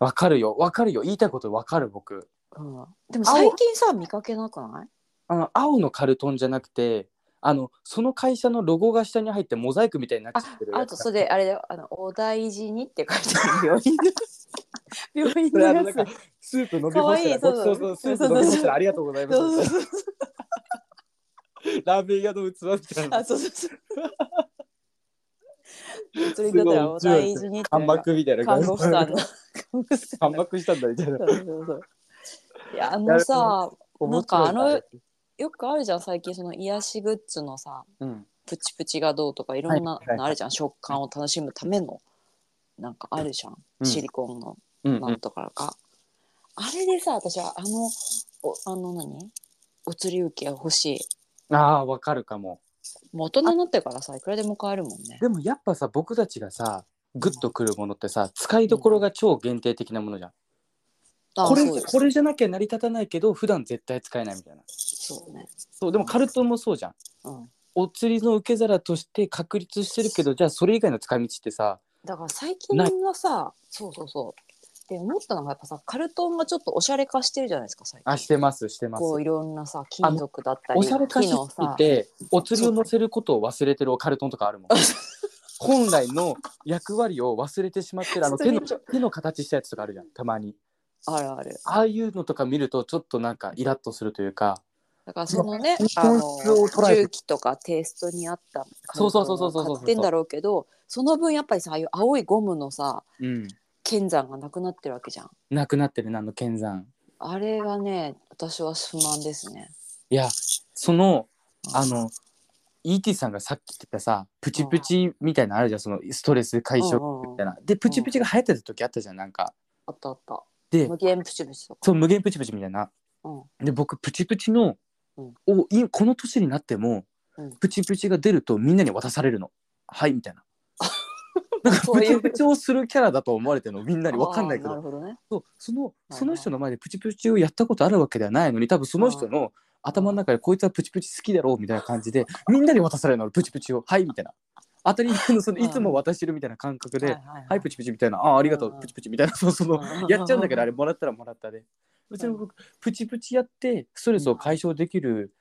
Speaker 1: わかるよわかるよ言いたいことわかる僕
Speaker 2: うん、でも最近さ見かけなくない
Speaker 1: あの青のカルトンじゃなくてあのその会社のロゴが下に入ってモザイクみたいになっちゃってる
Speaker 2: あとそれあれだよあの「お大事に」って書いてある病院 の病院
Speaker 1: それあ
Speaker 2: の
Speaker 1: のな
Speaker 2: やつ
Speaker 1: ん かスープ飲み干したら
Speaker 2: か
Speaker 1: ご
Speaker 2: わいい
Speaker 1: ち
Speaker 2: そ
Speaker 1: そうう
Speaker 2: そ
Speaker 1: そううスープ飲み干したらありがとうございま
Speaker 2: そう
Speaker 1: す
Speaker 2: そうそう
Speaker 1: ラーメン屋の器みたいな
Speaker 2: あそうそうそうそれだったら「お大事に」って
Speaker 1: 看
Speaker 2: なんか
Speaker 1: 膜みたいな感
Speaker 2: 看
Speaker 1: じ
Speaker 2: 護婦さんの看護婦さ
Speaker 1: 看
Speaker 2: んの
Speaker 1: 膜したんだみたいな
Speaker 2: そうそうそういやあのさなんかあの
Speaker 1: 面白い
Speaker 2: よくあるじゃん最近その癒しグッズのさ
Speaker 1: うん
Speaker 2: プチプチがどうとかいろんな
Speaker 1: はいはい
Speaker 2: のあるじゃん、食感を楽しむためのなんかあるじゃん、
Speaker 1: うん
Speaker 2: シリコンの
Speaker 1: うんう
Speaker 2: なんんとかか、あれでさ私はあのおあの何お釣り受けが欲しい
Speaker 1: ああーわかるかも
Speaker 2: もう大人になってからさいくらでも買えるもんね
Speaker 1: でもやっぱさ僕たちがさグッとくるものってさ使いどころが超限定的なものじゃん、
Speaker 2: あ
Speaker 1: これ
Speaker 2: そうです
Speaker 1: これじゃなきゃ成り立たないけど普段絶対使えないみたいな
Speaker 2: そうね
Speaker 1: そうでもカルトンもそうじゃん
Speaker 2: うん
Speaker 1: お釣りの受け皿として確立してるけどじゃあそれ以外の使い道ってさ
Speaker 2: だから最近はさそうそうそうで思ったのがやっぱさカルトンがちょっとおしゃれ化してるじゃないですか最近
Speaker 1: あしてますしてます
Speaker 2: こういろんなさ金属だったり
Speaker 1: おしゃれ化し
Speaker 2: 木の
Speaker 1: すぎ
Speaker 2: さ
Speaker 1: てお釣りを乗せることを忘れてるカルトンとかあるもん 本来の役割を忘れてしまってるあの手の手の形したやつとかあるじゃんたまに
Speaker 2: あるある
Speaker 1: ああいうのとか見るとちょっとなんかイラッとするというか
Speaker 2: だからそのね
Speaker 1: うん、
Speaker 2: あの
Speaker 1: 本質を捉えて
Speaker 2: 重機とかテイストに合った
Speaker 1: そうそうそうそうそうそう
Speaker 2: 買ってんだろうけどその分やっぱりさああいう青いゴムのさ
Speaker 1: うん
Speaker 2: 剣山がなくなってるわけじゃん
Speaker 1: なくなってるなあの剣山
Speaker 2: あれがね私は不満ですね
Speaker 1: いやそのあの ET さんがさっき言ってたさプチプチみたいなのあるじゃんそのストレス解消
Speaker 2: うんうんうん
Speaker 1: みたいなでプチプチが流行ってた時あったじゃんなんか
Speaker 2: あったあった
Speaker 1: で
Speaker 2: 無限プチプチとか
Speaker 1: そう無限プチプチみたいな
Speaker 2: うん
Speaker 1: で僕プチプチの、
Speaker 2: うん
Speaker 1: をいこの年になっても、
Speaker 2: うん
Speaker 1: プチプチが出るとみんなに渡されるのはいみたい ななんか
Speaker 2: そう
Speaker 1: プ
Speaker 2: い
Speaker 1: チ
Speaker 2: う
Speaker 1: プチをするキャラだと思われてるのみんなに分かんないけ
Speaker 2: あー
Speaker 1: ど
Speaker 2: るほどね
Speaker 1: そうその
Speaker 2: いはい
Speaker 1: その人の前でプチプチをやったことあるわけではないのに多分その人の頭の中でこいつはプチプチ好きだろうみたいな感じでみんなに渡されるのプチプチをはいみたいな当たり前のそのいつも渡してるみたいな感覚で
Speaker 2: はい
Speaker 1: はい、プチプチみたいな、ああ、ありがと
Speaker 2: うんう
Speaker 1: う、
Speaker 2: ん
Speaker 1: プチプチみたいな、そうその
Speaker 2: うん、
Speaker 1: やっちゃうんだけど、あれもらったらもらったで。うちの僕、プチプチやって、ストレスを解消できる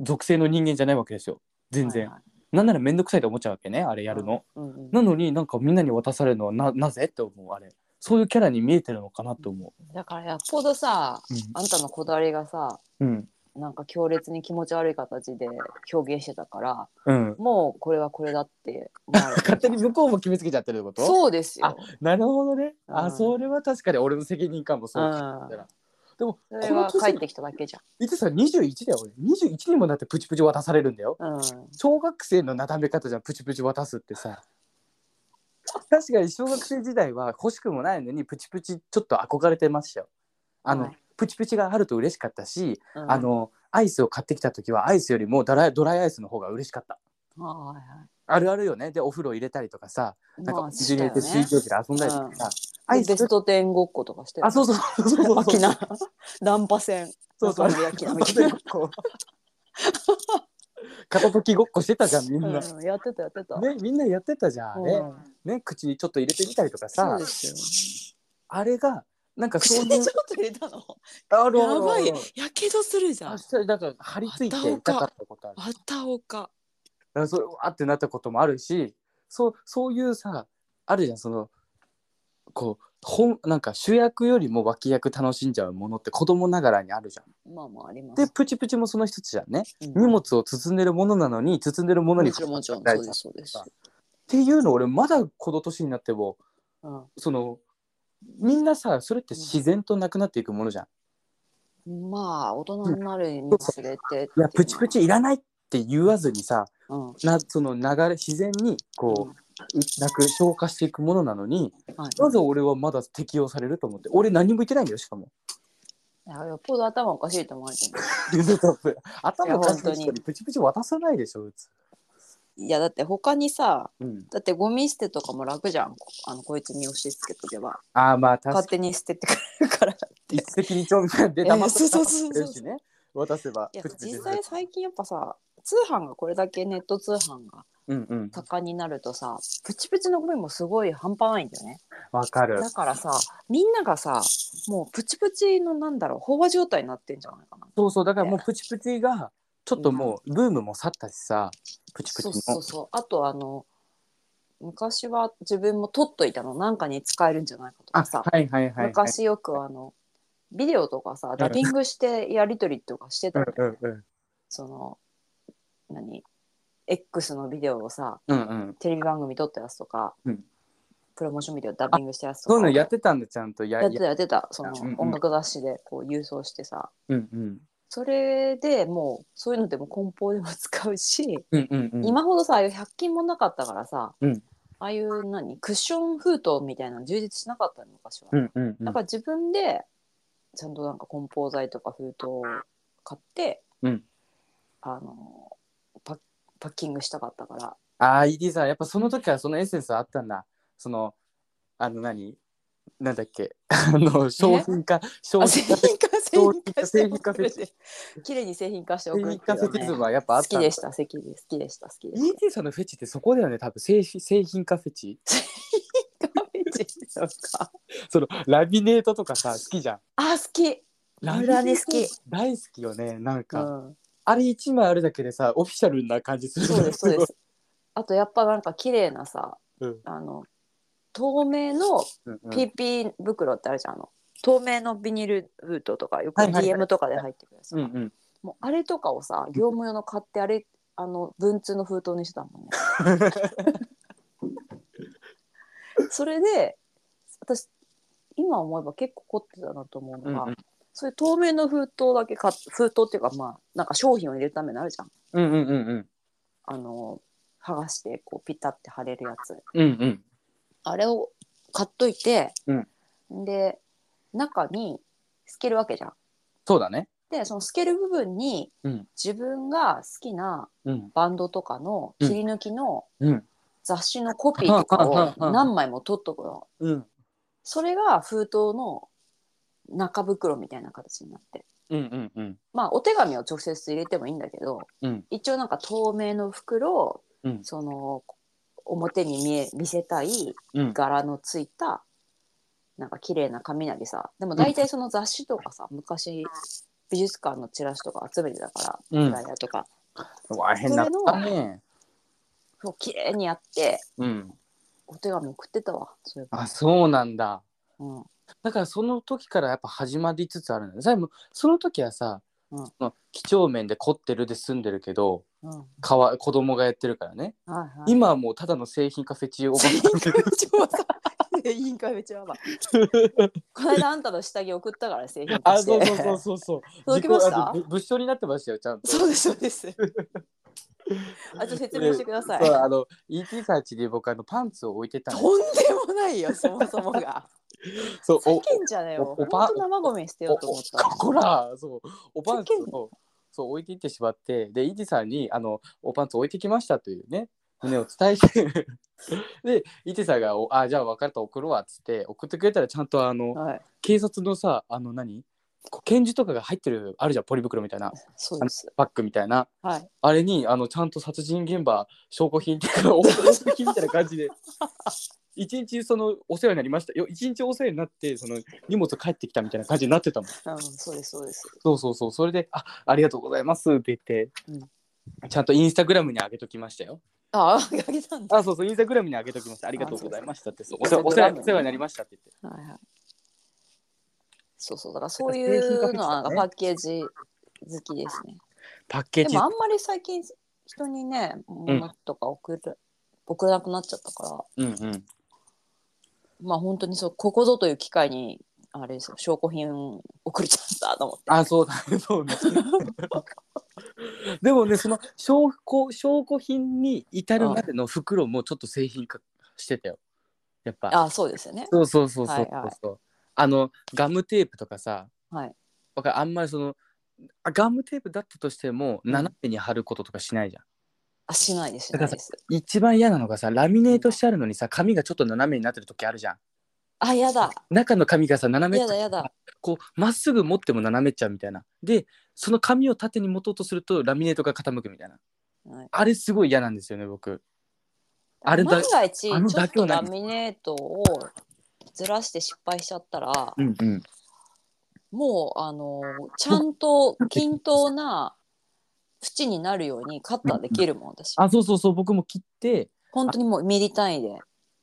Speaker 1: 属性の人間じゃないわけですよ。全然。
Speaker 2: はいはい
Speaker 1: なんならめんどくさいと思っちゃうわけね、あれやるの。
Speaker 2: うんうん
Speaker 1: なのになんかみんなに渡されるのはななぜって思う、あれ。そういうキャラに見えてるのかなと思
Speaker 2: だからやっぽどさ
Speaker 1: う。
Speaker 2: あんたのこだわりがさ
Speaker 1: うん。
Speaker 2: なんか強烈に気持ち悪い形で表現してたから
Speaker 1: うん。うん、
Speaker 2: もうこれはこれだって思われてる
Speaker 1: 勝手に向こうも決めつけちゃってるってこと
Speaker 2: そうですよ
Speaker 1: あなるほどね。
Speaker 2: う
Speaker 1: あ、
Speaker 2: ん
Speaker 1: それは確かに俺の責任かも、そう
Speaker 2: うん
Speaker 1: 聞いたら。でも、
Speaker 2: そ
Speaker 1: こ
Speaker 2: れ
Speaker 1: の
Speaker 2: は帰
Speaker 1: 年
Speaker 2: ってきただけじ
Speaker 1: いつさ、21だよ、俺。21にもなってプチプチ渡されるんだよ。
Speaker 2: ゃん。うん。
Speaker 1: 小学生のなだめ方じゃんプチプチ渡すってさ確かに小学生時代は欲しくもないのにプチプチちょっと憧れてましたよあの、
Speaker 2: はい
Speaker 1: プチプチがあると嬉しかったし、
Speaker 2: うん
Speaker 1: あのアイスを買ってきた時はアイスよりもドライドライアイスの方が嬉しかった
Speaker 2: はいは
Speaker 1: あるあるよねでお風呂入れたりとかさ
Speaker 2: い
Speaker 1: なん
Speaker 2: ま
Speaker 1: か
Speaker 2: あ
Speaker 1: 水入れて
Speaker 2: したよ
Speaker 1: 水
Speaker 2: ね
Speaker 1: 蒸気で遊んだりとかさ、アイ
Speaker 2: で
Speaker 1: ス
Speaker 2: ベストテンごっことかして
Speaker 1: あそうそうそうそうそう
Speaker 2: 沖 縄難波線
Speaker 1: そうそう
Speaker 2: 中森明菜みたいなこ
Speaker 1: 片時ごっこしてたじゃんみ
Speaker 2: うん
Speaker 1: な、
Speaker 2: うんやってたやってた
Speaker 1: ねみんなやってたじゃんあれ、
Speaker 2: うん
Speaker 1: ね口にちょっと入れてみたりとか
Speaker 2: そ
Speaker 1: さ
Speaker 2: うですよ
Speaker 1: あれがなんかそう
Speaker 2: 口
Speaker 1: い
Speaker 2: に
Speaker 1: う
Speaker 2: ちょっと入れたの
Speaker 1: あるあ
Speaker 2: や
Speaker 1: る
Speaker 2: ばい
Speaker 1: ある
Speaker 2: やけどするじゃ
Speaker 1: あ
Speaker 2: ん
Speaker 1: それなんか張り付いて痛かったことある
Speaker 2: あたお
Speaker 1: だ
Speaker 2: か
Speaker 1: からそれあってなったこともあるしそうそういうさあるじゃんそのこう本なんか主役よりも脇役楽しんじゃうものって子供ながらにあるじゃん。
Speaker 2: まあまああります
Speaker 1: でプチプチもその一つじゃんね。
Speaker 2: うん
Speaker 1: 荷物を包んでるものなのに包んでるものに
Speaker 2: もちろんもちろん
Speaker 1: 大
Speaker 2: そう
Speaker 1: 事
Speaker 2: で
Speaker 1: っ
Speaker 2: すそうです、
Speaker 1: ていうの俺まだこの年になっても
Speaker 2: うん
Speaker 1: そのみんなさそれって自然となくなっていくものじゃん。
Speaker 2: まあ大人になるにつれて
Speaker 1: いやプチプチいらないって言わずにさ
Speaker 2: うんは
Speaker 1: なその流れ自然にこう、なく消化していくものなのに。
Speaker 2: い
Speaker 1: なぜ俺はまだ適用されると思って俺何も言ってないんだよしか も
Speaker 2: いやよっぽど頭おかしいと思われてる
Speaker 1: 頭を
Speaker 2: いや本当に
Speaker 1: プチプチ渡さないでしょ普通、
Speaker 2: いやだって他にさ
Speaker 1: うん、
Speaker 2: だってゴミ捨てとかも楽じゃんこあのこいつに押し付けとけば
Speaker 1: ああまあ確
Speaker 2: 勝
Speaker 1: か
Speaker 2: 手に捨ててくれるから
Speaker 1: に一石二鳥みたいなで
Speaker 2: え
Speaker 1: 黙って
Speaker 2: そうそうそうそう
Speaker 1: るしね渡せば
Speaker 2: いや
Speaker 1: プチプチ
Speaker 2: 実際最近やっぱさ通販がこれだけネット通販が
Speaker 1: うんうん
Speaker 2: 盛んになるとさプチプチのゴミもすごい半端ないんだよね
Speaker 1: わかる
Speaker 2: だからさみんながさもうプチプチのなんだろう飽和状態になってんじゃないかな
Speaker 1: そうそうだからもうプチプチがちょっともうブームも去ったしさプチプチ
Speaker 2: そ
Speaker 1: も
Speaker 2: うそうそうあとあの昔は自分も取っといたのなんかに使えるんじゃないかと
Speaker 1: あ
Speaker 2: かさ、
Speaker 1: はいはいはい、はい、
Speaker 2: 昔よくあのビデオとかさダビングしてやり取りとかして
Speaker 1: う
Speaker 2: た
Speaker 1: ん
Speaker 2: の、
Speaker 1: うんうん
Speaker 2: その何 X のビデオをさ
Speaker 1: うんうん
Speaker 2: テレビ番組撮ったやつとか、
Speaker 1: うん
Speaker 2: プロモーションビデオダビングしたやつと
Speaker 1: そう
Speaker 2: か
Speaker 1: いうのやってたんだちゃんとや
Speaker 2: やってたやってたその
Speaker 1: うんうん
Speaker 2: 音楽雑誌でこう郵送してさ、
Speaker 1: うんうん
Speaker 2: それでもうそういうのでも梱包でも使うし、
Speaker 1: うんうんうん
Speaker 2: 今ほどさああいう100均もなかったからさ、
Speaker 1: うん
Speaker 2: ああいう何クッション封筒みたいなの充実しなかったの昔は、
Speaker 1: うんうんうん
Speaker 2: だから自分でちゃんとなんか梱包材とか封筒を買って、
Speaker 1: うん
Speaker 2: あのパッパッキングしたかったから
Speaker 1: ああ、ED さん、やっぱその時からそのエッセンスはあったんだ。その、あの何、なんだっけ、あの、商品化、商
Speaker 2: あ製
Speaker 1: 品化、
Speaker 2: 品化製品化
Speaker 1: 製品化
Speaker 2: して送って綺麗に製品化して送
Speaker 1: 商
Speaker 2: るっ
Speaker 1: 品
Speaker 2: て
Speaker 1: 化フ
Speaker 2: いうのはね
Speaker 1: ェチズムはやっぱあ
Speaker 2: 好
Speaker 1: った
Speaker 2: き
Speaker 1: んだ
Speaker 2: でした好きで好きでした好きでした
Speaker 1: ED さんのフェチってそこだよね、多分製品製品化フェチ。
Speaker 2: ガメチとか
Speaker 1: その、ラミネートとか さ、好きじゃん。
Speaker 2: あ好き
Speaker 1: ラ
Speaker 2: ラミネ好き。
Speaker 1: 大好きよね、なん
Speaker 2: う
Speaker 1: か。
Speaker 2: ん
Speaker 1: あれ一枚あるだけでさ、オフィシャルな感じする。
Speaker 2: そうですそうで
Speaker 1: ごい。
Speaker 2: す。あとやっぱなんか綺麗なさ、
Speaker 1: うん
Speaker 2: あの透明の
Speaker 1: うんうん
Speaker 2: PP 袋ってあるじゃん、あの透明のビニール封筒とかよく
Speaker 1: はいはいはい
Speaker 2: DM とかで入ってくるやつ、
Speaker 1: うんうん、
Speaker 2: もうあれとかをさ業務用の買ってあれあの文通の封筒にして たもんね。それで私今思えば結構凝ってたなと思うのが、
Speaker 1: うんうん
Speaker 2: そういう透明の封筒だけ買っ封筒っていうかまあなんか商品を入れるためにあるじゃん
Speaker 1: うんうんうんうん
Speaker 2: あの剥がしてこうピタって貼れるやつ
Speaker 1: うんうん
Speaker 2: あれを買っといて、で中に透けるわけじゃん。
Speaker 1: そうだね
Speaker 2: でその透ける部分に、
Speaker 1: うん
Speaker 2: 自分が好きな
Speaker 1: うん
Speaker 2: バンドとかの切り抜きの
Speaker 1: うん
Speaker 2: 雑誌のコピーとかを何枚も取っとくの。
Speaker 1: うん
Speaker 2: それが封筒の中袋みたいな形になって。
Speaker 1: うんうんうん
Speaker 2: まあお手紙を直接入れてもいいんだけど、
Speaker 1: うん
Speaker 2: 一応なんか透明の袋、
Speaker 1: うん
Speaker 2: その表に見え見せたい
Speaker 1: うん
Speaker 2: 柄のついたなんか綺麗な雷さでも大体その雑誌とかさ、昔美術館のチラシとか集めてたから、
Speaker 1: うん
Speaker 2: フライヤーとか
Speaker 1: うわ変なったね
Speaker 2: そう綺麗にやって
Speaker 1: うん
Speaker 2: お手紙送ってたわそういえば
Speaker 1: あそうなんだ
Speaker 2: うん
Speaker 1: だからその時からやっぱ始まりつつあるんだよ。さもその時はさ、
Speaker 2: うん
Speaker 1: その几帳面で凝ってるで済んでるけど
Speaker 2: うん
Speaker 1: かわ子供がやってるからね、
Speaker 2: はいはい
Speaker 1: 今はもうただの製品カフェ中おば さん
Speaker 2: 委員会 長はさ委員会長はまあこの間あんたの下着送ったから製品化
Speaker 1: あ
Speaker 2: して
Speaker 1: そうそうそうそうそう
Speaker 2: 届きました
Speaker 1: 自己あのぶ物証になってましたよちゃんと
Speaker 2: そうですそ うです。あと説明してください。
Speaker 1: そうあの ET サーチで僕あのパンツを置いてたんです
Speaker 2: とんでもないよそもそもが。
Speaker 1: そう
Speaker 2: ふざけんじゃねえよ。
Speaker 1: お
Speaker 2: ほ
Speaker 1: お
Speaker 2: ん
Speaker 1: ば
Speaker 2: と生米捨て
Speaker 1: お
Speaker 2: ようと思った。
Speaker 1: おこらそうおパンツ
Speaker 2: ふざけん
Speaker 1: をそう置いていってしまってでイージさんにあの「おパンツ置いてきました」というね胸を伝えて でイージさんがお「あじゃあ分かった送るわ」っつって送ってくれたらちゃんとあの
Speaker 2: はい。
Speaker 1: 警察のさあの何こう拳銃とかが入ってるあるじゃんポリ袋みたいな
Speaker 2: そうです。
Speaker 1: バッグみたいな
Speaker 2: はい。
Speaker 1: あれにあのちゃんと殺人現場証拠品っていうか応募品みたいな感じで一日そのお世話になりましたよ一日お世話になってその荷物帰ってきたみたいな感じになってたもん
Speaker 2: うん、そうです、そうです。
Speaker 1: そうそうそうそれで「あありがとうございます」って言って、ちゃんとインスタグラムに上げときましたよ
Speaker 2: ああ、あげたんだ。
Speaker 1: あそうそうインスタグラムに上げときました「ありがとうございました」ってそうお世話お世話お世話になりましたって言って
Speaker 2: はいはい。そうそう、だからそういうのはなんかパッケージ好きですね。
Speaker 1: パッケー
Speaker 2: で
Speaker 1: ジ
Speaker 2: もあんまり最近人にね、物とか送る、送らなくなっちゃったから、
Speaker 1: うんうん
Speaker 2: まあ本当にそう、ここぞという機会に、あれですよ、証拠品送るチャンスだと思って。
Speaker 1: あそう だそうねでもねその証拠証拠品に至るまでの袋もちょっと製品化してたよやっぱ
Speaker 2: あそうですよね。
Speaker 1: そうそうそうそうそう、
Speaker 2: はい
Speaker 1: あのガムテープとかさ、
Speaker 2: はい
Speaker 1: わかるあんまりそのあガムテープだったとしても
Speaker 2: うん
Speaker 1: 斜めに貼ることとかしないじゃん、
Speaker 2: あ、しないです、しないです。
Speaker 1: 一番嫌なのがさラミネートしてあるのにさ紙がちょっと斜めになってる時あるじゃん
Speaker 2: あ、やだ。
Speaker 1: 中の紙がさ斜め
Speaker 2: や
Speaker 1: っ
Speaker 2: だ、やだ。
Speaker 1: こうまっすぐ持っても斜めっちゃうみたいなでその紙を縦に持とうとするとラミネートが傾くみたいな
Speaker 2: はい
Speaker 1: あれすごい嫌なんですよね僕あれだ
Speaker 2: 万が一、ち
Speaker 1: あの
Speaker 2: ょ
Speaker 1: 妥
Speaker 2: っ
Speaker 1: 協
Speaker 2: と
Speaker 1: ない
Speaker 2: ラミネートをずらして失敗しちゃったら、
Speaker 1: うんうん
Speaker 2: もう、あの、ちゃんと均等な縁になるようにカッターできるもん、私。
Speaker 1: あそうそうそう僕も切って
Speaker 2: 本当にもうミリ単位で。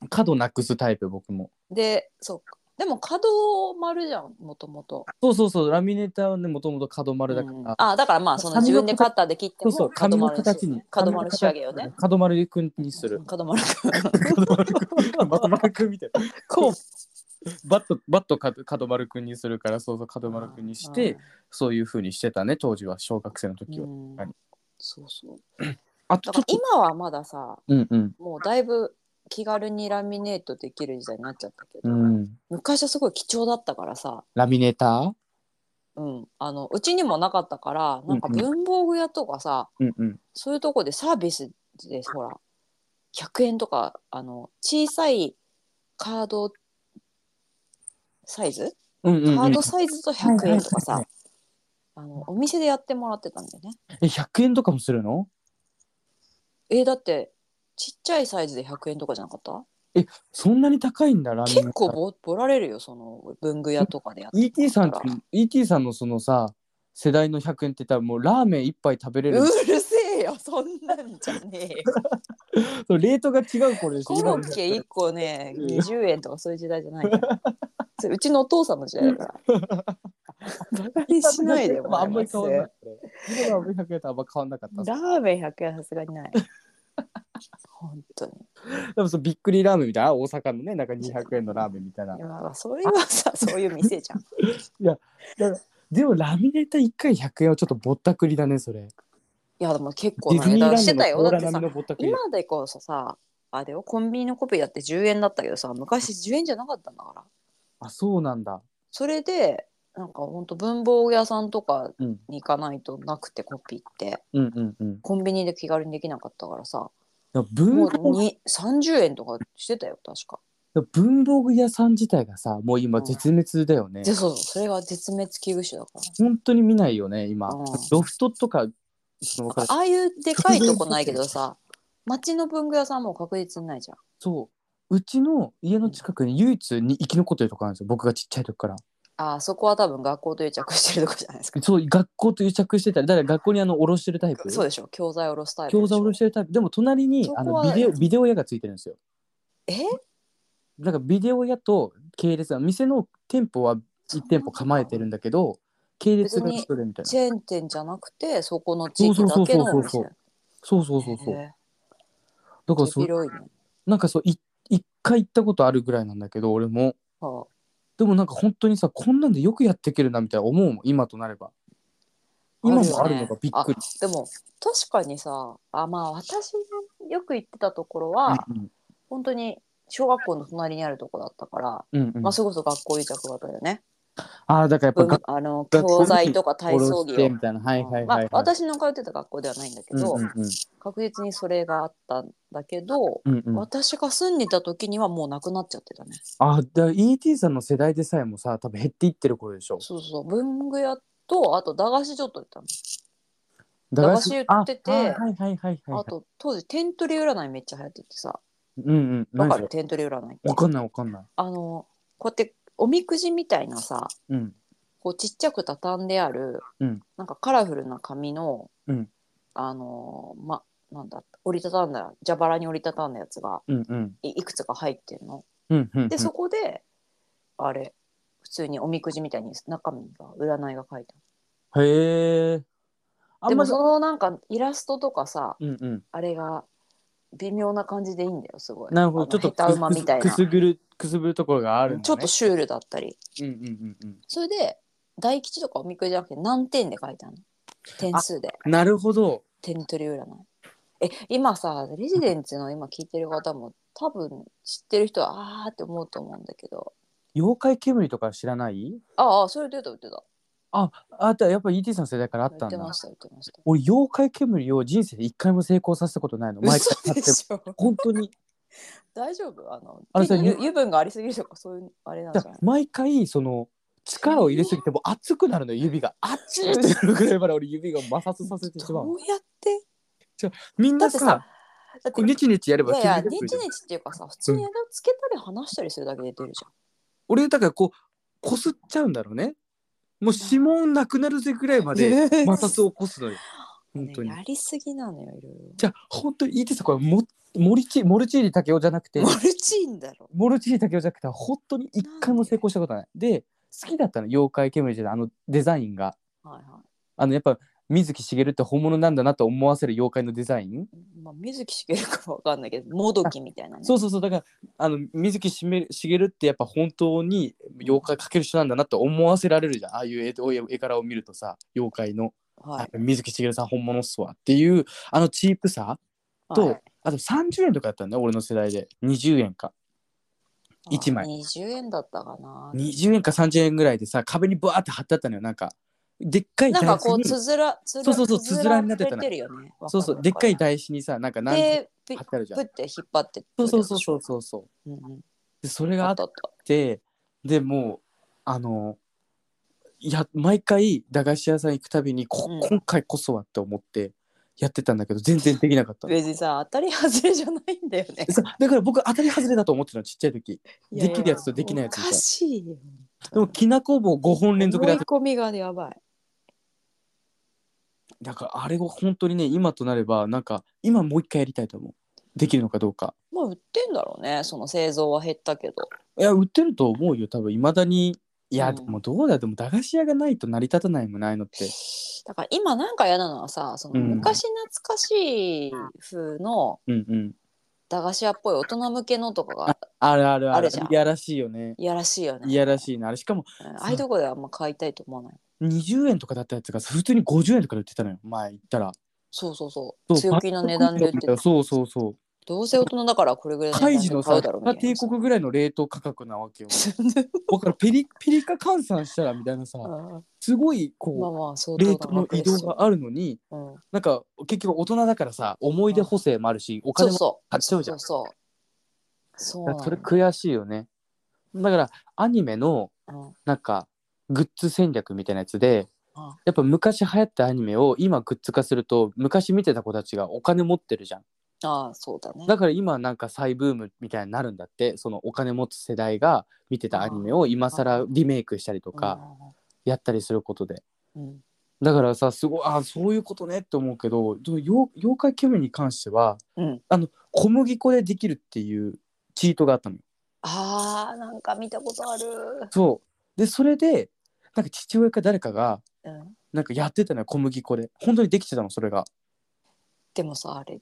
Speaker 1: 角なくすタイプ僕も
Speaker 2: で、そうか。でも角丸じゃん、もともと。
Speaker 1: そうそうそうラミネーターはねもともと角丸だから、
Speaker 2: うんあ、だからまあ、その自分でカッターで切って
Speaker 1: そう
Speaker 2: も
Speaker 1: そう紙
Speaker 2: 角
Speaker 1: の
Speaker 2: 丸にし
Speaker 1: 形に
Speaker 2: 角丸仕上げよね。
Speaker 1: 角丸くんにす
Speaker 2: う
Speaker 1: る
Speaker 2: ん角丸
Speaker 1: 角丸くん角丸くんみたいな
Speaker 2: こ
Speaker 1: バットバット角角丸くんにするからそうそう角丸くんにして、そういう風にしてたね当時は小学生の時は、
Speaker 2: うん
Speaker 1: はい
Speaker 2: そうそう。
Speaker 1: あと
Speaker 2: だ
Speaker 1: ちょっ
Speaker 2: から
Speaker 1: と
Speaker 2: 今はまださ、
Speaker 1: うんうん
Speaker 2: もうだいぶ気軽にラミネートできる時代になっちゃったけど、
Speaker 1: うん
Speaker 2: 昔はすごい貴重だったからさ、
Speaker 1: ラミネーター
Speaker 2: うん、あのうちにもなかったから、なんか
Speaker 1: うんうん
Speaker 2: 文房具屋とかさ、
Speaker 1: うんうん
Speaker 2: そういうとこでサービスでほら、100円とかあの小さいカードサイズ、
Speaker 1: うんうん
Speaker 2: カ
Speaker 1: う
Speaker 2: ー
Speaker 1: ん
Speaker 2: ドサイズと100円とか
Speaker 1: はい
Speaker 2: さ、あのお店でやってもらってたんだよね。
Speaker 1: え100円とかもするの
Speaker 2: えーだってちっちゃいサイズで100円とかじゃなかった
Speaker 1: そんなに高いんだラミネータ
Speaker 2: 結
Speaker 1: ー
Speaker 2: 構ぼぼられるよその文具屋とかでやって
Speaker 1: ET さん
Speaker 2: だから
Speaker 1: ET さんのそのさ世代の100円って言ったらもうラーメン一杯食べれる
Speaker 2: うるせえよそんなんじゃ ねえよ
Speaker 1: そうレートが違うこれでしょ
Speaker 2: コロッケ1個ね20円とかそういう時代じゃないからそれうちのお父さんの時代だからバカにしないでもら
Speaker 1: あ
Speaker 2: え
Speaker 1: んま
Speaker 2: ま
Speaker 1: り
Speaker 2: す
Speaker 1: 変わんない。今の100円とあんま変わんなかった。
Speaker 2: ラーメン100円はさすがにない本当に
Speaker 1: でもそのびっくりラーメンみたいな、あ大阪のね、なんか200円のラーメンみたいな。
Speaker 2: 今それはさそういう店じゃん
Speaker 1: でもラミネーター1回100円はちょっとぼったくりだね、それ。
Speaker 2: いやでも結構
Speaker 1: ディ
Speaker 2: な
Speaker 1: ズニー
Speaker 2: 値
Speaker 1: ラン
Speaker 2: 段して
Speaker 1: ドの
Speaker 2: たよ
Speaker 1: コー
Speaker 2: だ
Speaker 1: ラ
Speaker 2: って
Speaker 1: 並
Speaker 2: さ
Speaker 1: みのぼったくり。
Speaker 2: 今でこそさあれよコンビニのコピーだって10円だったけどさ昔10円じゃなかったんだから
Speaker 1: あ、そうなんだ。
Speaker 2: それでなんかほんと文房具屋さんとか
Speaker 1: うん。
Speaker 2: に行かないとなくてコピーって
Speaker 1: うんうんうん。
Speaker 2: コンビニで気軽にできなかったからさ
Speaker 1: でも
Speaker 2: も
Speaker 1: 文
Speaker 2: う
Speaker 1: 房
Speaker 2: に30円とかしてたよ確か
Speaker 1: 具文房具屋さん自体がさ、もう今絶滅だよね。
Speaker 2: でそうそうそれは絶滅危惧種だから
Speaker 1: 本当に見ないよね、今
Speaker 2: うん。
Speaker 1: ロフトとか、そのわかる
Speaker 2: ああいうでかいとこないけどさ町の文具屋さんも確実にないじゃん
Speaker 1: そう。うちの家の近くに唯一に生き残ってるとこあるんですよ、僕がちっちゃい時から。
Speaker 2: あーそこは多分学校と癒着してるとこじゃないですか
Speaker 1: そう学校と癒着してたりだから学校にあの下ろしてるタイプ
Speaker 2: そうでしょ教材おろすタイプでし
Speaker 1: 教
Speaker 2: ょ
Speaker 1: 材下ろしてるタイプでも隣に
Speaker 2: そこ
Speaker 1: あ
Speaker 2: は
Speaker 1: のビデオビデオ屋がついてるんですよ
Speaker 2: え
Speaker 1: だからビデオ屋と系列は店の店舗は1店舗構えてるんだけど系列が作るみたいな
Speaker 2: チェーン店じゃなくてそこの地域だけのお店
Speaker 1: そうそうそうそうそうそうそうそう
Speaker 2: へ
Speaker 1: だ
Speaker 2: ー
Speaker 1: からそう
Speaker 2: 広いね、
Speaker 1: なんかそうい一回行ったことあるぐらいなんだけど俺も
Speaker 2: はあ
Speaker 1: でもなんか本当にさこんなんでよくやっていけるなみたいな思うもん今となれば今もあるのがびっくり
Speaker 2: でも確かにさあまあ私よく行ってたところは、
Speaker 1: うんうん
Speaker 2: 本当に小学校の隣にあるとこだったから、
Speaker 1: うんうん
Speaker 2: まあ、それこそ学校委託型だよね。
Speaker 1: ああだからやっぱ
Speaker 2: 文あの教材とか体
Speaker 1: 下
Speaker 2: 操
Speaker 1: ろ
Speaker 2: 着
Speaker 1: して
Speaker 2: を
Speaker 1: みたいなはいはいは
Speaker 2: ま
Speaker 1: い、
Speaker 2: あ
Speaker 1: はい、
Speaker 2: 私の通ってた学校ではないんだけ
Speaker 1: うん
Speaker 2: ど、
Speaker 1: うんうん
Speaker 2: 確実にそれがあったんだけど、
Speaker 1: うんうん、あ
Speaker 2: 私が住んでた時にはもうなくなっちゃってたね。
Speaker 1: あだから ET さんの世代でさえもさ多分減っていってる頃でしょ
Speaker 2: そうそう文具屋とあと駄菓子ちょっと行ったの、
Speaker 1: 駄
Speaker 2: 駄菓子売ってて
Speaker 1: ああはいはいはいはい、はい、
Speaker 2: あと当時点取り占いめっちゃ流行っててさ
Speaker 1: うんうん
Speaker 2: わ
Speaker 1: 何
Speaker 2: か
Speaker 1: そ
Speaker 2: る
Speaker 1: れ
Speaker 2: 点取り占いって
Speaker 1: わかんないわかんない
Speaker 2: あのこうやっておみくじみたいなさ
Speaker 1: うん
Speaker 2: こうちっちゃく畳んである、
Speaker 1: うん
Speaker 2: なんかカラフルな紙の、
Speaker 1: うん
Speaker 2: あのーまなんだ折りたたんだ蛇腹に折りたたんだやつが
Speaker 1: うんうん
Speaker 2: いいくつか入ってるの。
Speaker 1: うんうんうん
Speaker 2: でそこであれ普通におみくじみたいに中身が占いが書いて
Speaker 1: へえ
Speaker 2: あ
Speaker 1: あ
Speaker 2: る。で
Speaker 1: んま
Speaker 2: も
Speaker 1: り
Speaker 2: そのなんかイラストとかさ、
Speaker 1: うんうん
Speaker 2: あれが微妙な感じでいいんだよすごい。
Speaker 1: なるほどちょ
Speaker 2: あの
Speaker 1: っと
Speaker 2: 下手馬みたい
Speaker 1: く
Speaker 2: な。
Speaker 1: すぐるくすぶるところがあるんだ、ね、
Speaker 2: ちょっとシュールだったり。
Speaker 1: うんうんうんうん
Speaker 2: それで大吉とかおみくじじゃなくて何点で書いてあるの点数で
Speaker 1: なるほど。
Speaker 2: 点取り占い。え今さレジデンツの今聞いてる方も多分知ってる人はあーって思うと思うんだけど
Speaker 1: 妖怪煙とか知らない
Speaker 2: ああそれ出た出てた
Speaker 1: あとはやっぱり ET さんの世代からあっ
Speaker 2: 言
Speaker 1: た
Speaker 2: っ
Speaker 1: ん
Speaker 2: てま
Speaker 1: だ。
Speaker 2: した言ってました
Speaker 1: 俺、妖怪煙を人生で一回も成功させたことないの。毎
Speaker 2: 嘘
Speaker 1: 回買
Speaker 2: で
Speaker 1: って。
Speaker 2: しょ
Speaker 1: 本当に。
Speaker 2: 大丈夫あの
Speaker 1: あれさ
Speaker 2: 手に
Speaker 1: ゆ
Speaker 2: 油分がありすぎるとかそういうあれなんじ
Speaker 1: だ
Speaker 2: ゃ
Speaker 1: か
Speaker 2: な
Speaker 1: ら
Speaker 2: い
Speaker 1: 毎回、その、力を入れすぎても熱くなるのよ、指が。熱いってなるぐらいまで俺、指が摩擦させてしま
Speaker 2: ど
Speaker 1: う。
Speaker 2: うやって
Speaker 1: みんな
Speaker 2: だっ
Speaker 1: さ、
Speaker 2: だって
Speaker 1: こうネチネチやれ
Speaker 2: い
Speaker 1: ば
Speaker 2: やい
Speaker 1: 気
Speaker 2: や、
Speaker 1: づ
Speaker 2: ネ
Speaker 1: く
Speaker 2: チ
Speaker 1: じゃん
Speaker 2: ネチっていうかさ、普通にあれをつけたり話したりするだけで出るじ
Speaker 1: 俺、だからこう、こすっちゃうんだろうね。もう指紋なくなるぜぐらいまで
Speaker 2: ゃん。
Speaker 1: 摩擦を起こすのよ。本当に
Speaker 2: ね。やりすぎなのよ、いろいろ。
Speaker 1: じゃあ本当にいいですかこれもモリチモルチーリ竹雄じゃなく て
Speaker 2: マルチーンだろ。
Speaker 1: モルチーリ竹雄じゃなくて本当に一回も成功したことない。で好きだったの妖怪煙じゃないあのデザインが
Speaker 2: はいは
Speaker 1: あのやっぱ水木しげるって本物なんだなと思わせる妖怪のデザイン、
Speaker 2: い。まあ、水木しげるかわかんな いけど、もどきみたいなね。
Speaker 1: そうそうそうだからあの水木しめしげるってやっぱ本当に妖怪描ける人なんだなと思わせられるじゃんああいう絵と絵柄を見るとさ妖怪の、
Speaker 2: は
Speaker 1: や
Speaker 2: い
Speaker 1: っ。ぱ水木しげるさん本物っすわっていうあのチープさ、と、
Speaker 2: はい
Speaker 1: あと30円とかだったんだよ俺の世代で20円か一枚
Speaker 2: あ20円だったかな。
Speaker 1: 20円か30円ぐらいでさ壁にブワーって貼ってあったのよなんかでっかい
Speaker 2: なんかこう、
Speaker 1: に
Speaker 2: つづら、つづら
Speaker 1: そうそうそうつづらになってたの
Speaker 2: つづられるよね。
Speaker 1: そうそうでっかい
Speaker 2: 台
Speaker 1: 台紙にさなんか何で
Speaker 2: で、ピ
Speaker 1: 貼
Speaker 2: ッ
Speaker 1: ってあるじゃ
Speaker 2: プ
Speaker 1: ん
Speaker 2: って引っ張って。
Speaker 1: そうそうそうそうそうそう
Speaker 2: うんうん。
Speaker 1: でそれが
Speaker 2: あ
Speaker 1: あ
Speaker 2: っ
Speaker 1: った
Speaker 2: あった。
Speaker 1: てでもうあのいや毎回駄菓子屋さん行くたびにこ、
Speaker 2: うん
Speaker 1: 今回こそはって思ってやってたんだけど全然できなかったの
Speaker 2: 別にさ、当たり外れじゃないんだよね。
Speaker 1: そうだから僕当たり外れだと思ってたのちっちゃい時
Speaker 2: いい
Speaker 1: できるやつとできないやつみ
Speaker 2: お
Speaker 1: たい
Speaker 2: かしいよ。
Speaker 1: でもきなこ棒5本連続で当たっ
Speaker 2: 追い込みがやばい。
Speaker 1: だからあれを本当にね今となればなんか今もう一回やりたいと思うできるのかどうか
Speaker 2: まあ売ってんだろうね。その製造は減ったけど。
Speaker 1: いや売ってると思うよ多分いまだにいや、
Speaker 2: うん
Speaker 1: でもどうだよでも駄菓子屋がないと成り立たないもんないのって
Speaker 2: だから今なんか嫌なのはさ、その
Speaker 1: うん
Speaker 2: 昔懐かしい風の
Speaker 1: うんうん
Speaker 2: 駄菓子屋っぽい大人向けのとかが
Speaker 1: あるあるあ
Speaker 2: あ
Speaker 1: る
Speaker 2: るじゃん
Speaker 1: いやらしいよね
Speaker 2: いやらしいよね。
Speaker 1: いやらしいなあれしかも
Speaker 2: うんああいうとこではあんま買いたいと思わない。
Speaker 1: 20円とかだったやつが普通に50円とかで売ってたのよ前行ったら
Speaker 2: そうそうそ
Speaker 1: そ
Speaker 2: う。
Speaker 1: う
Speaker 2: 強気な値段で売ってた。
Speaker 1: そうそうそう
Speaker 2: どうせ大人だからこれぐらい
Speaker 1: カイ
Speaker 2: 値
Speaker 1: ジ
Speaker 2: 段
Speaker 1: の
Speaker 2: で買
Speaker 1: さ
Speaker 2: うだろう
Speaker 1: 北
Speaker 2: みたい
Speaker 1: 帝
Speaker 2: な。
Speaker 1: 国ぐらいの冷凍価格なわけ よだからペリペリカ換算したらみたいなさ
Speaker 2: うん
Speaker 1: すごい
Speaker 2: まあ
Speaker 1: こ
Speaker 2: まあ相
Speaker 1: う
Speaker 2: 当な
Speaker 1: 冷凍の移動があるのに
Speaker 2: うん
Speaker 1: なんか結局大人だからさ思い出補正もあるし、お
Speaker 2: そ
Speaker 1: 金
Speaker 2: う
Speaker 1: も
Speaker 2: そ
Speaker 1: 買っ
Speaker 2: う。
Speaker 1: ちゃ
Speaker 2: そうう
Speaker 1: じ
Speaker 2: そ
Speaker 1: ゃん
Speaker 2: うそう。そう
Speaker 1: だ
Speaker 2: な
Speaker 1: から
Speaker 2: の
Speaker 1: それ悔しいよねだからアニメの
Speaker 2: うん
Speaker 1: なんかグッズ戦略みたいなやつで
Speaker 2: あ
Speaker 1: やっぱ昔流行ったアニメを今グッズ化すると昔見てた子たちがお金持ってるじゃん
Speaker 2: ああ、そうだね。
Speaker 1: だから今なんか再ブームみたいになるんだってそのお金持つ世代が見てたアニメを今更リメイクしたりとかやったりすることで
Speaker 2: うん。うん
Speaker 1: だからさすごいあそういうことねって思うけどでも妖妖怪煙に関しては
Speaker 2: うん、
Speaker 1: あの小麦粉でできるっていうチートがあったのよ。
Speaker 2: あーなんか見たことある、
Speaker 1: そうでそれでなんか父親か誰かが
Speaker 2: うん、
Speaker 1: なんかやってたのよ小麦粉で本当にできてたのそれが。
Speaker 2: でもさあれ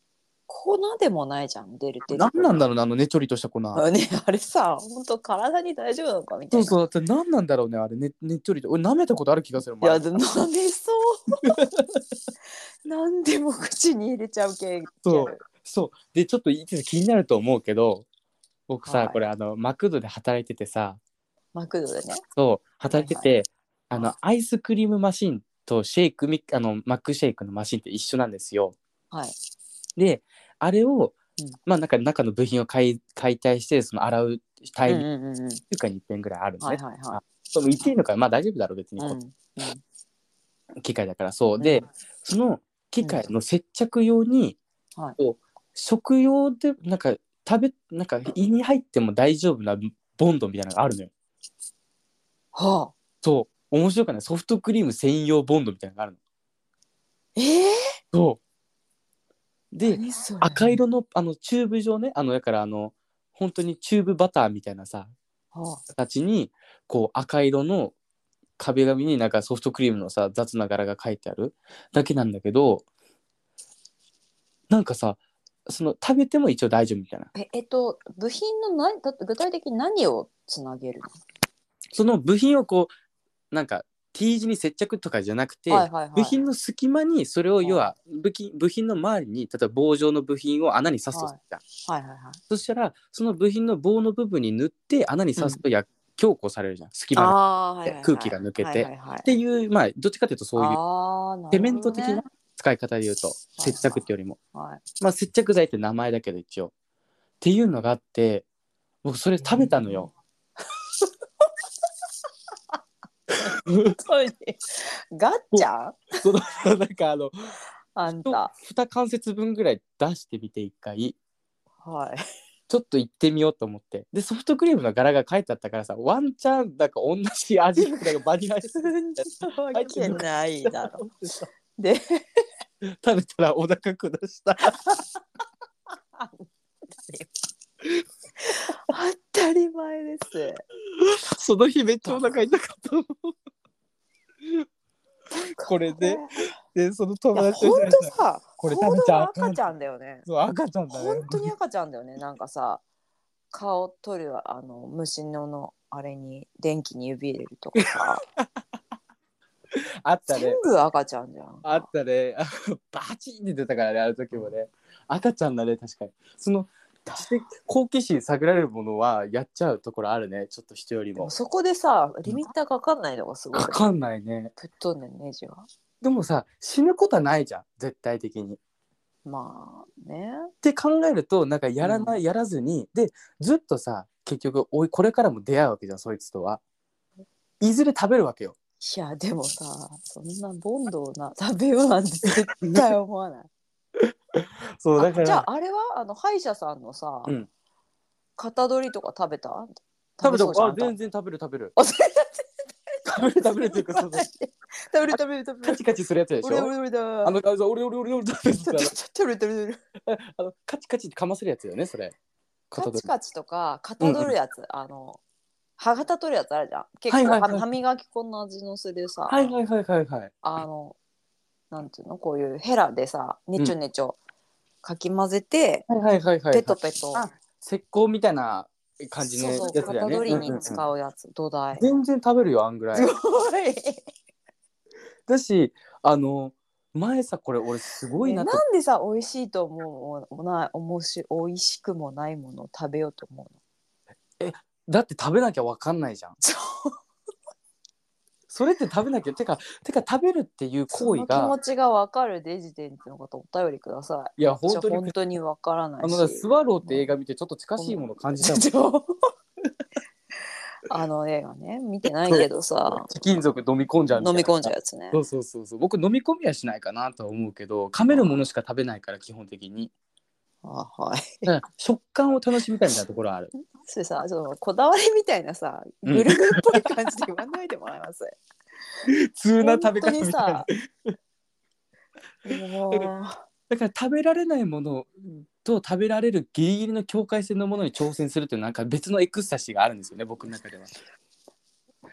Speaker 2: 粉でもないじゃん出る出て
Speaker 1: 何なんだ
Speaker 2: ろ
Speaker 1: ろうねあのねちょりとした粉。
Speaker 2: うねあれさ本当体に大丈夫なのかみた
Speaker 1: そ
Speaker 2: いうな
Speaker 1: そうだって何なんだろうねあれねねっちょりと俺舐めたことある気がする
Speaker 2: い
Speaker 1: 前
Speaker 2: やでも舐めそう何でも口に入れちゃう系
Speaker 1: そうそうでちょっといつも気になると思うけど僕さ、
Speaker 2: はい
Speaker 1: これあのマクドで働いててさ
Speaker 2: マクドでね。
Speaker 1: そう働いてて、あのアイスクリームマシンとシェイクミあのマックシェイクのマシンって一緒なんですよ。
Speaker 2: はい。
Speaker 1: であれを、
Speaker 2: うん
Speaker 1: まあなんか中の部品を解解体してその洗うタイ
Speaker 2: うん
Speaker 1: ミング
Speaker 2: うんうんうん。
Speaker 1: 週間に1遍ぐらいあるんです
Speaker 2: は
Speaker 1: ね
Speaker 2: い。はいは
Speaker 1: そう言っていいのかまあ大丈夫だろう別
Speaker 2: い。
Speaker 1: に、
Speaker 2: うん
Speaker 1: こ
Speaker 2: うん
Speaker 1: う機械だからそうで、その機械の接着用に、
Speaker 2: うんはい
Speaker 1: こう食用でなんか食べなんか胃に入っても大丈夫なボンドみたいなのがあるのよ
Speaker 2: はあ。
Speaker 1: そう面白くないソフトクリーム専用ボンドみたいなのがあるの
Speaker 2: え
Speaker 1: そう
Speaker 2: え
Speaker 1: で
Speaker 2: 何それ
Speaker 1: 赤色のあのチューブ状ねあのだからあの本当にチューブバターみたいなさ
Speaker 2: は
Speaker 1: 形にこう赤色の壁紙になんかソフトクリームのさ雑な柄が書いてあるだけなんだけどなんかさその食べても一応大丈夫みたいな
Speaker 2: あ。ええっと部品の何だって具体的に何をつなげる
Speaker 1: その部品をこうなんか T 字に接着とかじゃなくて、
Speaker 2: の？はいはいはい。
Speaker 1: 部品の隙間にそれを
Speaker 2: はい
Speaker 1: 要は部品部品の周りに例えば棒状の部品を穴に刺すとするじゃん
Speaker 2: はいはいはい。
Speaker 1: そしたらその部品の棒の部分に塗って穴に刺すとや、強固されるじゃん隙間がっ
Speaker 2: あーはいはいはい
Speaker 1: 空気が抜けて
Speaker 2: はいはいはい
Speaker 1: ていうまあどっちかというとそういう
Speaker 2: あーなるほどね
Speaker 1: セメント的な使い方で言うと接着ってよりも、
Speaker 2: はい
Speaker 1: まあ、接着剤って名前だけど一応っていうのがあって僕それ食べたのよ、
Speaker 2: それでガッチャン
Speaker 1: その なんかあの
Speaker 2: あんた
Speaker 1: 2関節分ぐらい出してみて一回
Speaker 2: はい
Speaker 1: ちょっと行ってみようと思ってでソフトクリームの柄が書いてあったからさワンチャンなんか同じ味なんかバニ ラアイス
Speaker 2: そわけないだろ
Speaker 1: 食
Speaker 2: で
Speaker 1: べたらお腹下した
Speaker 2: 当たり前です
Speaker 1: その日めっちゃお腹痛かったこれででその友
Speaker 2: いや
Speaker 1: 達と
Speaker 2: 本
Speaker 1: 一緒に
Speaker 2: 当さ
Speaker 1: これ食
Speaker 2: 本
Speaker 1: べち
Speaker 2: 当
Speaker 1: ゃ
Speaker 2: の
Speaker 1: あかん
Speaker 2: 赤ちゃんだよね
Speaker 1: そう赤ちゃんだ
Speaker 2: 本
Speaker 1: ね
Speaker 2: 当に赤ちゃんだよねなんかさ顔取るあの虫ののあれに電気に指入れるとかさ
Speaker 1: あったね
Speaker 2: 全部赤ちゃんじゃん
Speaker 1: あったね。 あバチンって出たからね、あの時もね。赤ちゃんだね、確かに。その、知的好奇心探られるものはやっちゃうところあるね、ちょっと人より
Speaker 2: でも
Speaker 1: も。
Speaker 2: そこでさリミッターかかんないのがすごい
Speaker 1: かかんないね。
Speaker 2: ぶっ飛んでんねネジは
Speaker 1: でもさ、死ぬことはないじゃん、絶対的に。っ
Speaker 2: まあね
Speaker 1: て考えると、なんかやらない、やらずに、で、ずっとさ、結局、おい、これからも出会うわけじゃん、そいつとは。いずれ食べるわけよ。
Speaker 2: いやでもさそんなボンドをな食べようなんて絶対思わない
Speaker 1: そう、だか
Speaker 2: あじゃ
Speaker 1: ら、
Speaker 2: ああれはあの歯医者さんのさ、
Speaker 1: うん
Speaker 2: 型取りとか食べた
Speaker 1: 食べた
Speaker 2: そうじゃん
Speaker 1: あ、
Speaker 2: あ
Speaker 1: 全
Speaker 2: ん
Speaker 1: 然食べる食べる。
Speaker 2: たあ全然
Speaker 1: 食べる食べるっていうか、その、
Speaker 2: 食べる食べる食べ
Speaker 1: カ
Speaker 2: る
Speaker 1: チカチするやつでし
Speaker 2: 俺
Speaker 1: ょ。
Speaker 2: 俺俺だ
Speaker 1: あの、あの俺俺俺俺食べる
Speaker 2: ちょちょちょ食べる食べる食べる
Speaker 1: あのカチカチってかませるやつよねそれ。
Speaker 2: カチ
Speaker 1: カ
Speaker 2: カチとか型取るやつ、あの歯型取るやつあるじゃん結構、
Speaker 1: はいはいはい
Speaker 2: は歯磨き粉の味のするさ、
Speaker 1: はいはいはいはいはい。
Speaker 2: あのなんていうのこういうヘラでさねちょねちょかき混ぜて、
Speaker 1: はいはいはいはい。
Speaker 2: ペトペト、
Speaker 1: あ石膏みたいな感じのや
Speaker 2: そう
Speaker 1: つ
Speaker 2: そう
Speaker 1: だよ
Speaker 2: 型
Speaker 1: ね。
Speaker 2: 取り
Speaker 1: うんうんう
Speaker 2: に
Speaker 1: ん
Speaker 2: 使うやつ、土台
Speaker 1: 全然食べるよあんぐらい
Speaker 2: す。ごい
Speaker 1: だしあの前さこれ俺すごい
Speaker 2: な
Speaker 1: なんと
Speaker 2: でさ美味しいと思うもない思うし美味しくもないものを食べようと思うの
Speaker 1: だって食べなきゃわかんないじゃん。
Speaker 2: そう
Speaker 1: それって食べなきゃてかてか食べるっていう行
Speaker 2: そ
Speaker 1: 為
Speaker 2: の気持
Speaker 1: が
Speaker 2: ちが分かるデジデンツの方お便りください
Speaker 1: いや本当
Speaker 2: 私は本
Speaker 1: に
Speaker 2: 当に分からな
Speaker 1: あ
Speaker 2: いし
Speaker 1: のだからスワローって映画見てちょっと近しいものを感じたもん。
Speaker 2: あの映画ね見てないけどさ
Speaker 1: 貴金属飲み込んじゃうみたい
Speaker 2: 飲
Speaker 1: な
Speaker 2: み込んじゃうやつね
Speaker 1: そうそうそうそう僕飲み込みはしないかなとは思うけど噛めるものしか食べないから基本的に
Speaker 2: あはい
Speaker 1: だから食感を楽しみたいみたいなところはある。
Speaker 2: それさそのこだわりみたいなさ
Speaker 1: う
Speaker 2: グ
Speaker 1: ん
Speaker 2: ルメっぽい感じで言わないでもらえます、
Speaker 1: 普通な食べ
Speaker 2: 本当
Speaker 1: 方み
Speaker 2: に
Speaker 1: たいな
Speaker 2: さ。も う
Speaker 1: だから食べられないものと食べられるギリギリの境界線のものに挑戦するっていうなんか別のエクスタシーがあるんですよね僕の中では。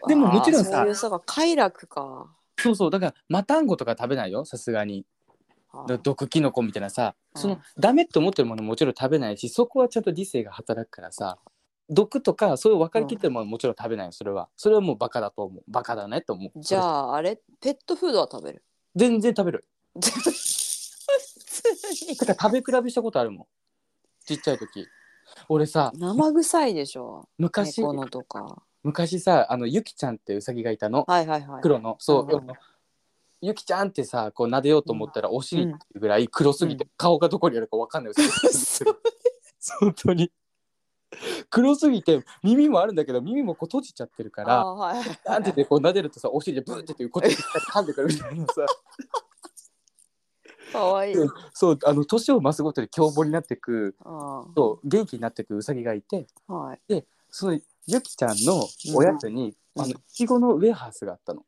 Speaker 1: でももちろんさ
Speaker 2: あーそういうさ快楽か
Speaker 1: そうそうだからマタンゴとか食べないよさすがに
Speaker 2: あ
Speaker 1: だ
Speaker 2: ー
Speaker 1: 毒キノコみたいなさそうの
Speaker 2: ん
Speaker 1: ダメって思ってるものももちろん食べないしそこはちゃんと理性が働くからさ毒とかそういう分かりきってるものももちろん食べないよそれはそれはもうバカだと思うバカだねと思う
Speaker 2: じゃああれペットフードは食べる
Speaker 1: 全然食べる
Speaker 2: 普通に
Speaker 1: だから食べ比べしたことあるもんちっちゃい時俺さ
Speaker 2: 生臭いでしょ
Speaker 1: 昔
Speaker 2: 猫のとか
Speaker 1: 昔さあのゆきちゃんってうさぎがいたの
Speaker 2: はいはいはい
Speaker 1: 黒のそう、
Speaker 2: うんうん
Speaker 1: ゆきちゃんってさこう撫でようと思ったらお尻っていうぐらい黒すぎて、顔がどこにあるかわか んない
Speaker 2: そう
Speaker 1: 本当に黒すぎて耳もあるんだけど耳もこう閉じちゃってるか
Speaker 2: あ
Speaker 1: ら
Speaker 2: ーはい
Speaker 1: なんててこう撫でるとさお尻でブーってってこうやって噛んでくるみたいな さ
Speaker 2: かわいい、
Speaker 1: うんそうあの年を増すごとに凶暴になってく
Speaker 2: あー
Speaker 1: そう元気になってくうさぎがいて
Speaker 2: はい
Speaker 1: そのゆきちゃんのおやつに、
Speaker 2: うん
Speaker 1: あのいちごのウェハースがあったの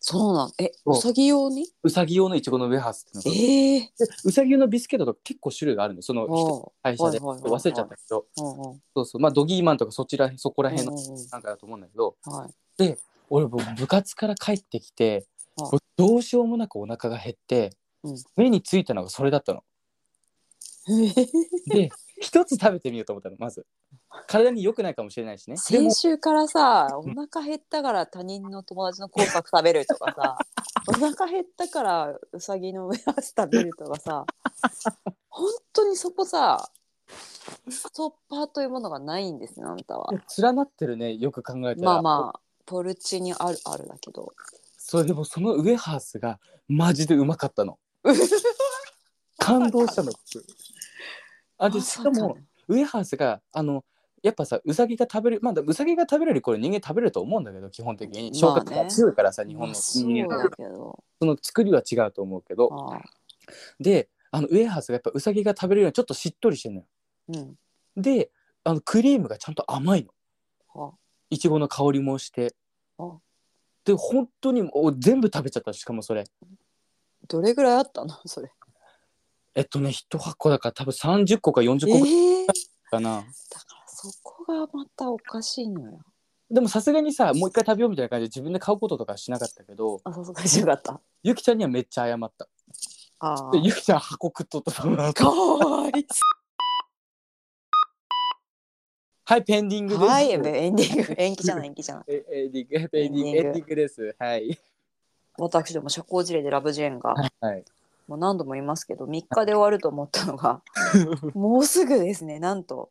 Speaker 2: そうなんえ
Speaker 1: そう
Speaker 2: うさぎ用に
Speaker 1: うさぎ用のいちごのウェハースっていうのが
Speaker 2: ええ
Speaker 1: でうさぎ用のビスケットとか結構種類があるのその
Speaker 2: ー、
Speaker 1: 一つ
Speaker 2: お
Speaker 1: 会社で
Speaker 2: はいはいはいはい
Speaker 1: 忘れちゃったけど
Speaker 2: うおう
Speaker 1: そうそうまあドギーマンとかそちらそこら辺の
Speaker 2: おう
Speaker 1: なんかだと思うんだけど
Speaker 2: はい
Speaker 1: 俺もう部活から帰ってきて
Speaker 2: あ
Speaker 1: こうどうしようもなくお腹が減って
Speaker 2: うん
Speaker 1: 目についたのがそれだったの。 で一つ食べてみようと思ったのまず体に良くないかもしれないしねでも
Speaker 2: 先週からさお腹減ったから他人の友達の工作食べると かさお腹減ったからうさぎのウェハース食べるとかさ本当にそこさストッパーというものがないんですねあんたは。
Speaker 1: 連なってるねよく考えたら
Speaker 2: まあまあポルチにあるあるだけど。
Speaker 1: それでもそのウェハースがマジでうまかった の感動したのあでしか
Speaker 2: まさ
Speaker 1: も
Speaker 2: ね
Speaker 1: ウェハースがあのやっぱさウサギが食べるまあウサギが食べるよりこれ人間食べると思うんだけど基本的に消化
Speaker 2: まあ
Speaker 1: が
Speaker 2: ね
Speaker 1: 強いからさ、日本
Speaker 2: ま
Speaker 1: の
Speaker 2: あ
Speaker 1: 人間
Speaker 2: そう
Speaker 1: の
Speaker 2: だけど。
Speaker 1: その作りは違うと思うけど
Speaker 2: ああ
Speaker 1: であのウェハースがやっぱウサギが食べるようにちょっとしっとりしてるのよ
Speaker 2: うん。
Speaker 1: であのクリームがちゃんと甘いの
Speaker 2: あ
Speaker 1: いちごの香りもして
Speaker 2: あ
Speaker 1: で本当にもう全部食べちゃったしかもそれ
Speaker 2: どれぐらいあったのそれ。
Speaker 1: えっとね一箱だから多分30個か40
Speaker 2: え
Speaker 1: 個ぐらい
Speaker 2: え
Speaker 1: かな、
Speaker 2: だからそこがまたおかしいのよ。
Speaker 1: でもさすがにさもう一回食べようみたいな感じで自分で買うこととかはしなかったけど
Speaker 2: あ、そうそうかしよかった。
Speaker 1: ゆきちゃんにはめっちゃ謝った
Speaker 2: あ
Speaker 1: でゆきちゃん箱食っとったそ の
Speaker 2: あ。か
Speaker 1: 後
Speaker 2: わい
Speaker 1: はいペンディングです
Speaker 2: はい、エンディング、延期じゃない、延期じゃない。
Speaker 1: えエンディングペンディング
Speaker 2: エ
Speaker 1: エ
Speaker 2: ンディング
Speaker 1: ンディングですはい
Speaker 2: 私ども社交辞令でラブジェーンが、
Speaker 1: はい
Speaker 2: もう何度も言いますけど、3日で終わると思ったの が、もうすぐですね、なんと。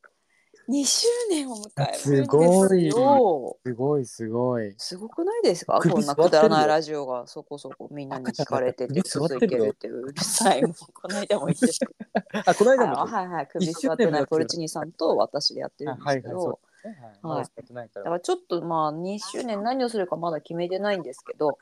Speaker 2: 2周年を迎えるんですよ。
Speaker 1: すごい
Speaker 2: す
Speaker 1: すごいすごい
Speaker 2: ごくないですか
Speaker 1: 首
Speaker 2: こんなくだらないラジオがそこそこみんなに聞かれてて
Speaker 1: 赤ちゃんが
Speaker 2: 続いてるっていううるさいもうこの間も言ってた
Speaker 1: あこの間も
Speaker 2: あはいはい首座ってないポルチニさんと私でやってるんですけど、
Speaker 1: あはいはいそう
Speaker 2: はい
Speaker 1: はい使ってないか
Speaker 2: だかららちょっとまあ2周年何をするかまだ決めてないんですけど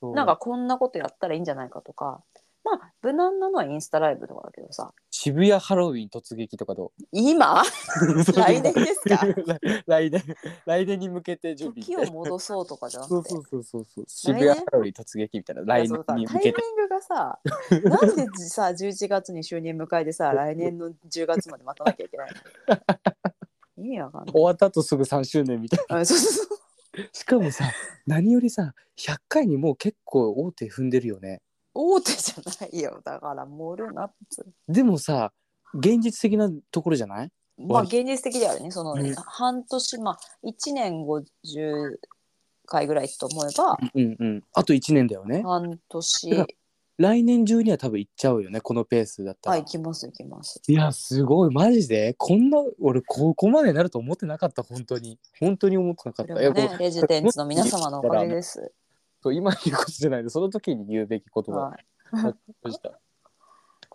Speaker 1: そう
Speaker 2: なんかこんなことやったらいいんじゃないかとかまあ無難なのはインスタライブとかだけどさ
Speaker 1: 渋谷ハロウィン突撃とかどう
Speaker 2: 今 来年ですか
Speaker 1: 来年来年に向けて準備
Speaker 2: 時を戻そうとかじゃな
Speaker 1: そう
Speaker 2: くて
Speaker 1: そうそうそうそう
Speaker 2: 来
Speaker 1: 渋
Speaker 2: 年
Speaker 1: 谷ハロウィン突撃みたいな来
Speaker 2: いやそ
Speaker 1: 年
Speaker 2: うさ
Speaker 1: に
Speaker 2: タ
Speaker 1: 向
Speaker 2: イ
Speaker 1: け
Speaker 2: ミ
Speaker 1: て
Speaker 2: ングがさなんでさ11月に就任迎えてさ来年の10月まで待たなきゃいけないの意味わかんない
Speaker 1: 終わった後すぐ3周年みたい
Speaker 2: うんそうそうそう
Speaker 1: なしか もさ何よりさ100回にもう結構大手踏んでるよね
Speaker 2: 大手じゃないよだから盛るなっつう
Speaker 1: でもさ現実的なところじゃない
Speaker 2: まあ
Speaker 1: 割
Speaker 2: 現実的ではあるねその、
Speaker 1: うん
Speaker 2: 半年まあ1年50回ぐらいと思えば
Speaker 1: うんうんあと1年だよね
Speaker 2: 半年
Speaker 1: だから来年中には多分行っちゃうよねこのペースだった
Speaker 2: あ
Speaker 1: ら、
Speaker 2: 行きます行きます
Speaker 1: いやすごいマジでこんな俺ここまでになると思ってなかった本当に本当に思ってなか
Speaker 2: こ
Speaker 1: っ
Speaker 2: れ
Speaker 1: た
Speaker 2: も
Speaker 1: いやこ
Speaker 2: ねレジデンツの皆様のおかげです
Speaker 1: う今言うことじゃないでその時に言うべき言葉
Speaker 2: は
Speaker 1: でした
Speaker 2: い、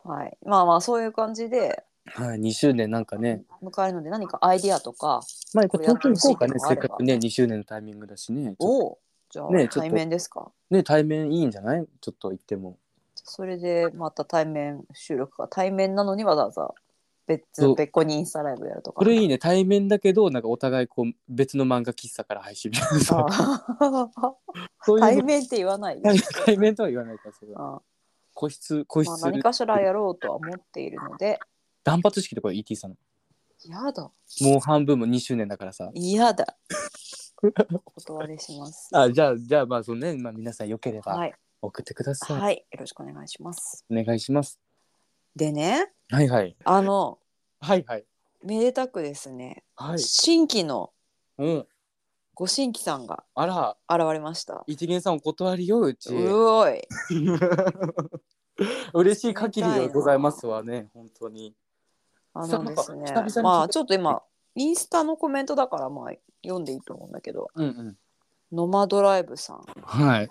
Speaker 2: はい、まあまあそういう感じで
Speaker 1: はい、2周年なんかね、
Speaker 2: 迎えるので何かアイディアとか
Speaker 1: まあ、これ東京行こうかね、
Speaker 2: こ
Speaker 1: せ
Speaker 2: れ
Speaker 1: っ
Speaker 2: やって
Speaker 1: か
Speaker 2: ほしい
Speaker 1: くね、2周年のタイミングだしね、ちょっ
Speaker 2: をじゃあ、
Speaker 1: ねちょっと
Speaker 2: 対面ですか
Speaker 1: とね対面いいんじゃないちょっと行っても。
Speaker 2: それでまた対面収録か対面なのにわざわざ別
Speaker 1: そう
Speaker 2: 別個にインスタライブやるとか
Speaker 1: こ れいいね、対面だけど、なんかお互いこう別の漫画喫茶から配信みたいなさ、
Speaker 2: あー
Speaker 1: そうい
Speaker 2: 対
Speaker 1: う
Speaker 2: 面って言わないよ
Speaker 1: 対対面とは言わないから、それは
Speaker 2: あ
Speaker 1: 個室、個
Speaker 2: まあ、
Speaker 1: 室、
Speaker 2: 何かしらやろうとは思っているので
Speaker 1: 断髪式とか ET さんの、
Speaker 2: やだ
Speaker 1: もう半分も2周年だからさ。
Speaker 2: 嫌だお断りします
Speaker 1: あじゃあ、じゃあ、まあ、そのね、まあ、皆さんよければ
Speaker 2: はい
Speaker 1: 送ってください。
Speaker 2: はいよろしくお願いします
Speaker 1: お願いします。
Speaker 2: でね
Speaker 1: はいはい。
Speaker 2: あの
Speaker 1: はいはい。
Speaker 2: めでたくですね、
Speaker 1: はい。
Speaker 2: 新規の
Speaker 1: うん。
Speaker 2: ご新規さんが
Speaker 1: あら、
Speaker 2: 現れました
Speaker 1: 一元さんお断りよ、うち。
Speaker 2: うおい
Speaker 1: 嬉しい限りでございますわね、本当に。
Speaker 2: あ
Speaker 1: そ
Speaker 2: な
Speaker 1: うんなん
Speaker 2: で
Speaker 1: か
Speaker 2: すね
Speaker 1: 久々に聞いた。
Speaker 2: まあちょっと今インスタのコメントだからまあ読んでいいと思うんだけど、
Speaker 1: うんうん。
Speaker 2: ノマドライブさん、
Speaker 1: はい。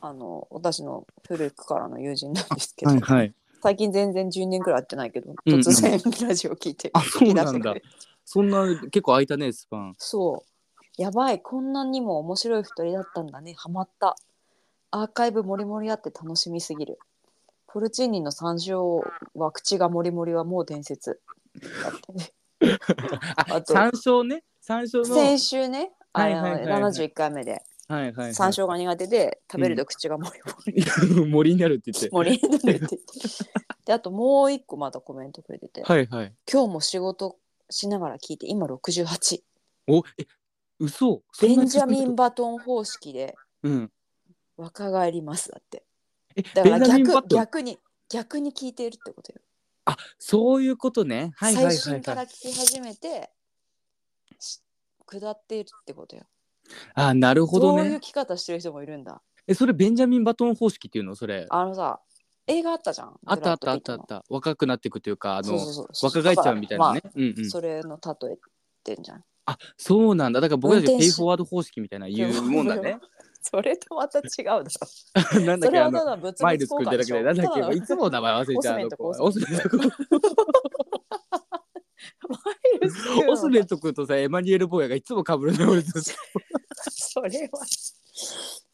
Speaker 2: あの私の古くからの友人なんですけど、
Speaker 1: はいはい。
Speaker 2: 最近全然10年くらい会ってないけど、
Speaker 1: うんうん
Speaker 2: 突然ラジオ聞いて、
Speaker 1: あそうなんだ
Speaker 2: 聞き出してくれて
Speaker 1: そんな結構空いたねスパン。
Speaker 2: そう。やばい、こんなにも面白い二人だったんだね。ハマった。アーカイブもりもりあって楽しみすぎる。ポルチーニの山椒は口がもりもりはもう 伝説。だってね
Speaker 1: あ
Speaker 2: あと
Speaker 1: 山椒ね。山椒の。
Speaker 2: 先週ね、あ
Speaker 1: はいはい
Speaker 2: の
Speaker 1: はいはい
Speaker 2: 七十一回目で
Speaker 1: はいはい、はい。
Speaker 2: 山椒が苦手で食べると口がもりもり、
Speaker 1: 森になるって言って。
Speaker 2: もりになるって言って。であともう一個またコメントくれてて、
Speaker 1: はいはい。
Speaker 2: 今日も仕事しながら聞いて今六十八。
Speaker 1: おえ嘘そん
Speaker 2: ベ
Speaker 1: な
Speaker 2: ン
Speaker 1: に
Speaker 2: ジャミ
Speaker 1: 続
Speaker 2: ン
Speaker 1: く
Speaker 2: バトン方式で
Speaker 1: と。うん。
Speaker 2: 若返りますだって。
Speaker 1: え
Speaker 2: だか
Speaker 1: ベン
Speaker 2: ら
Speaker 1: ジャミンバトン。
Speaker 2: 逆逆に逆に聞いてるってことよ。
Speaker 1: あそういうことね。はいはいはい、はい。
Speaker 2: 最新から聞き始めてし下っているってことよ。
Speaker 1: あなるほど
Speaker 2: そういう
Speaker 1: ね。
Speaker 2: 聞き方してる人もいるんだ。
Speaker 1: えそれベンジャミンバトン方式っていうのそれ。
Speaker 2: あのさ映画あったじゃん。
Speaker 1: あったあったあ
Speaker 2: ブラ
Speaker 1: っ
Speaker 2: ッドピット
Speaker 1: たあ
Speaker 2: の
Speaker 1: った。若くなっていくというかあの
Speaker 2: そうそうそう
Speaker 1: 若返っちゃうみたいなね。
Speaker 2: だか
Speaker 1: うんう
Speaker 2: らまあ
Speaker 1: ん。
Speaker 2: それの例えてんじゃん。
Speaker 1: あそうなんだ。だから僕たち
Speaker 2: 運
Speaker 1: ペ
Speaker 2: 転
Speaker 1: イ
Speaker 2: 手
Speaker 1: フォワード方式みたいな言うもんだね。
Speaker 2: それとまた違うだろ。
Speaker 1: なんだ
Speaker 2: そ
Speaker 1: っけ
Speaker 2: れ
Speaker 1: あ
Speaker 2: はた
Speaker 1: の
Speaker 2: だ物
Speaker 1: マ
Speaker 2: 々
Speaker 1: イル
Speaker 2: 交
Speaker 1: 作ってるだ
Speaker 2: 換でし
Speaker 1: け
Speaker 2: ょ
Speaker 1: でなんだっけ
Speaker 2: ただの
Speaker 1: いつも名前忘れちゃうあの子オ
Speaker 2: オ
Speaker 1: ス
Speaker 2: ス
Speaker 1: メ
Speaker 2: メ
Speaker 1: ン
Speaker 2: ン
Speaker 1: トコ
Speaker 2: とコ
Speaker 1: ー
Speaker 2: ー
Speaker 1: ス
Speaker 2: スマイルス
Speaker 1: オスメント君とさエマニュエル・ボーヤがいつもかぶる の俺たち
Speaker 2: それは。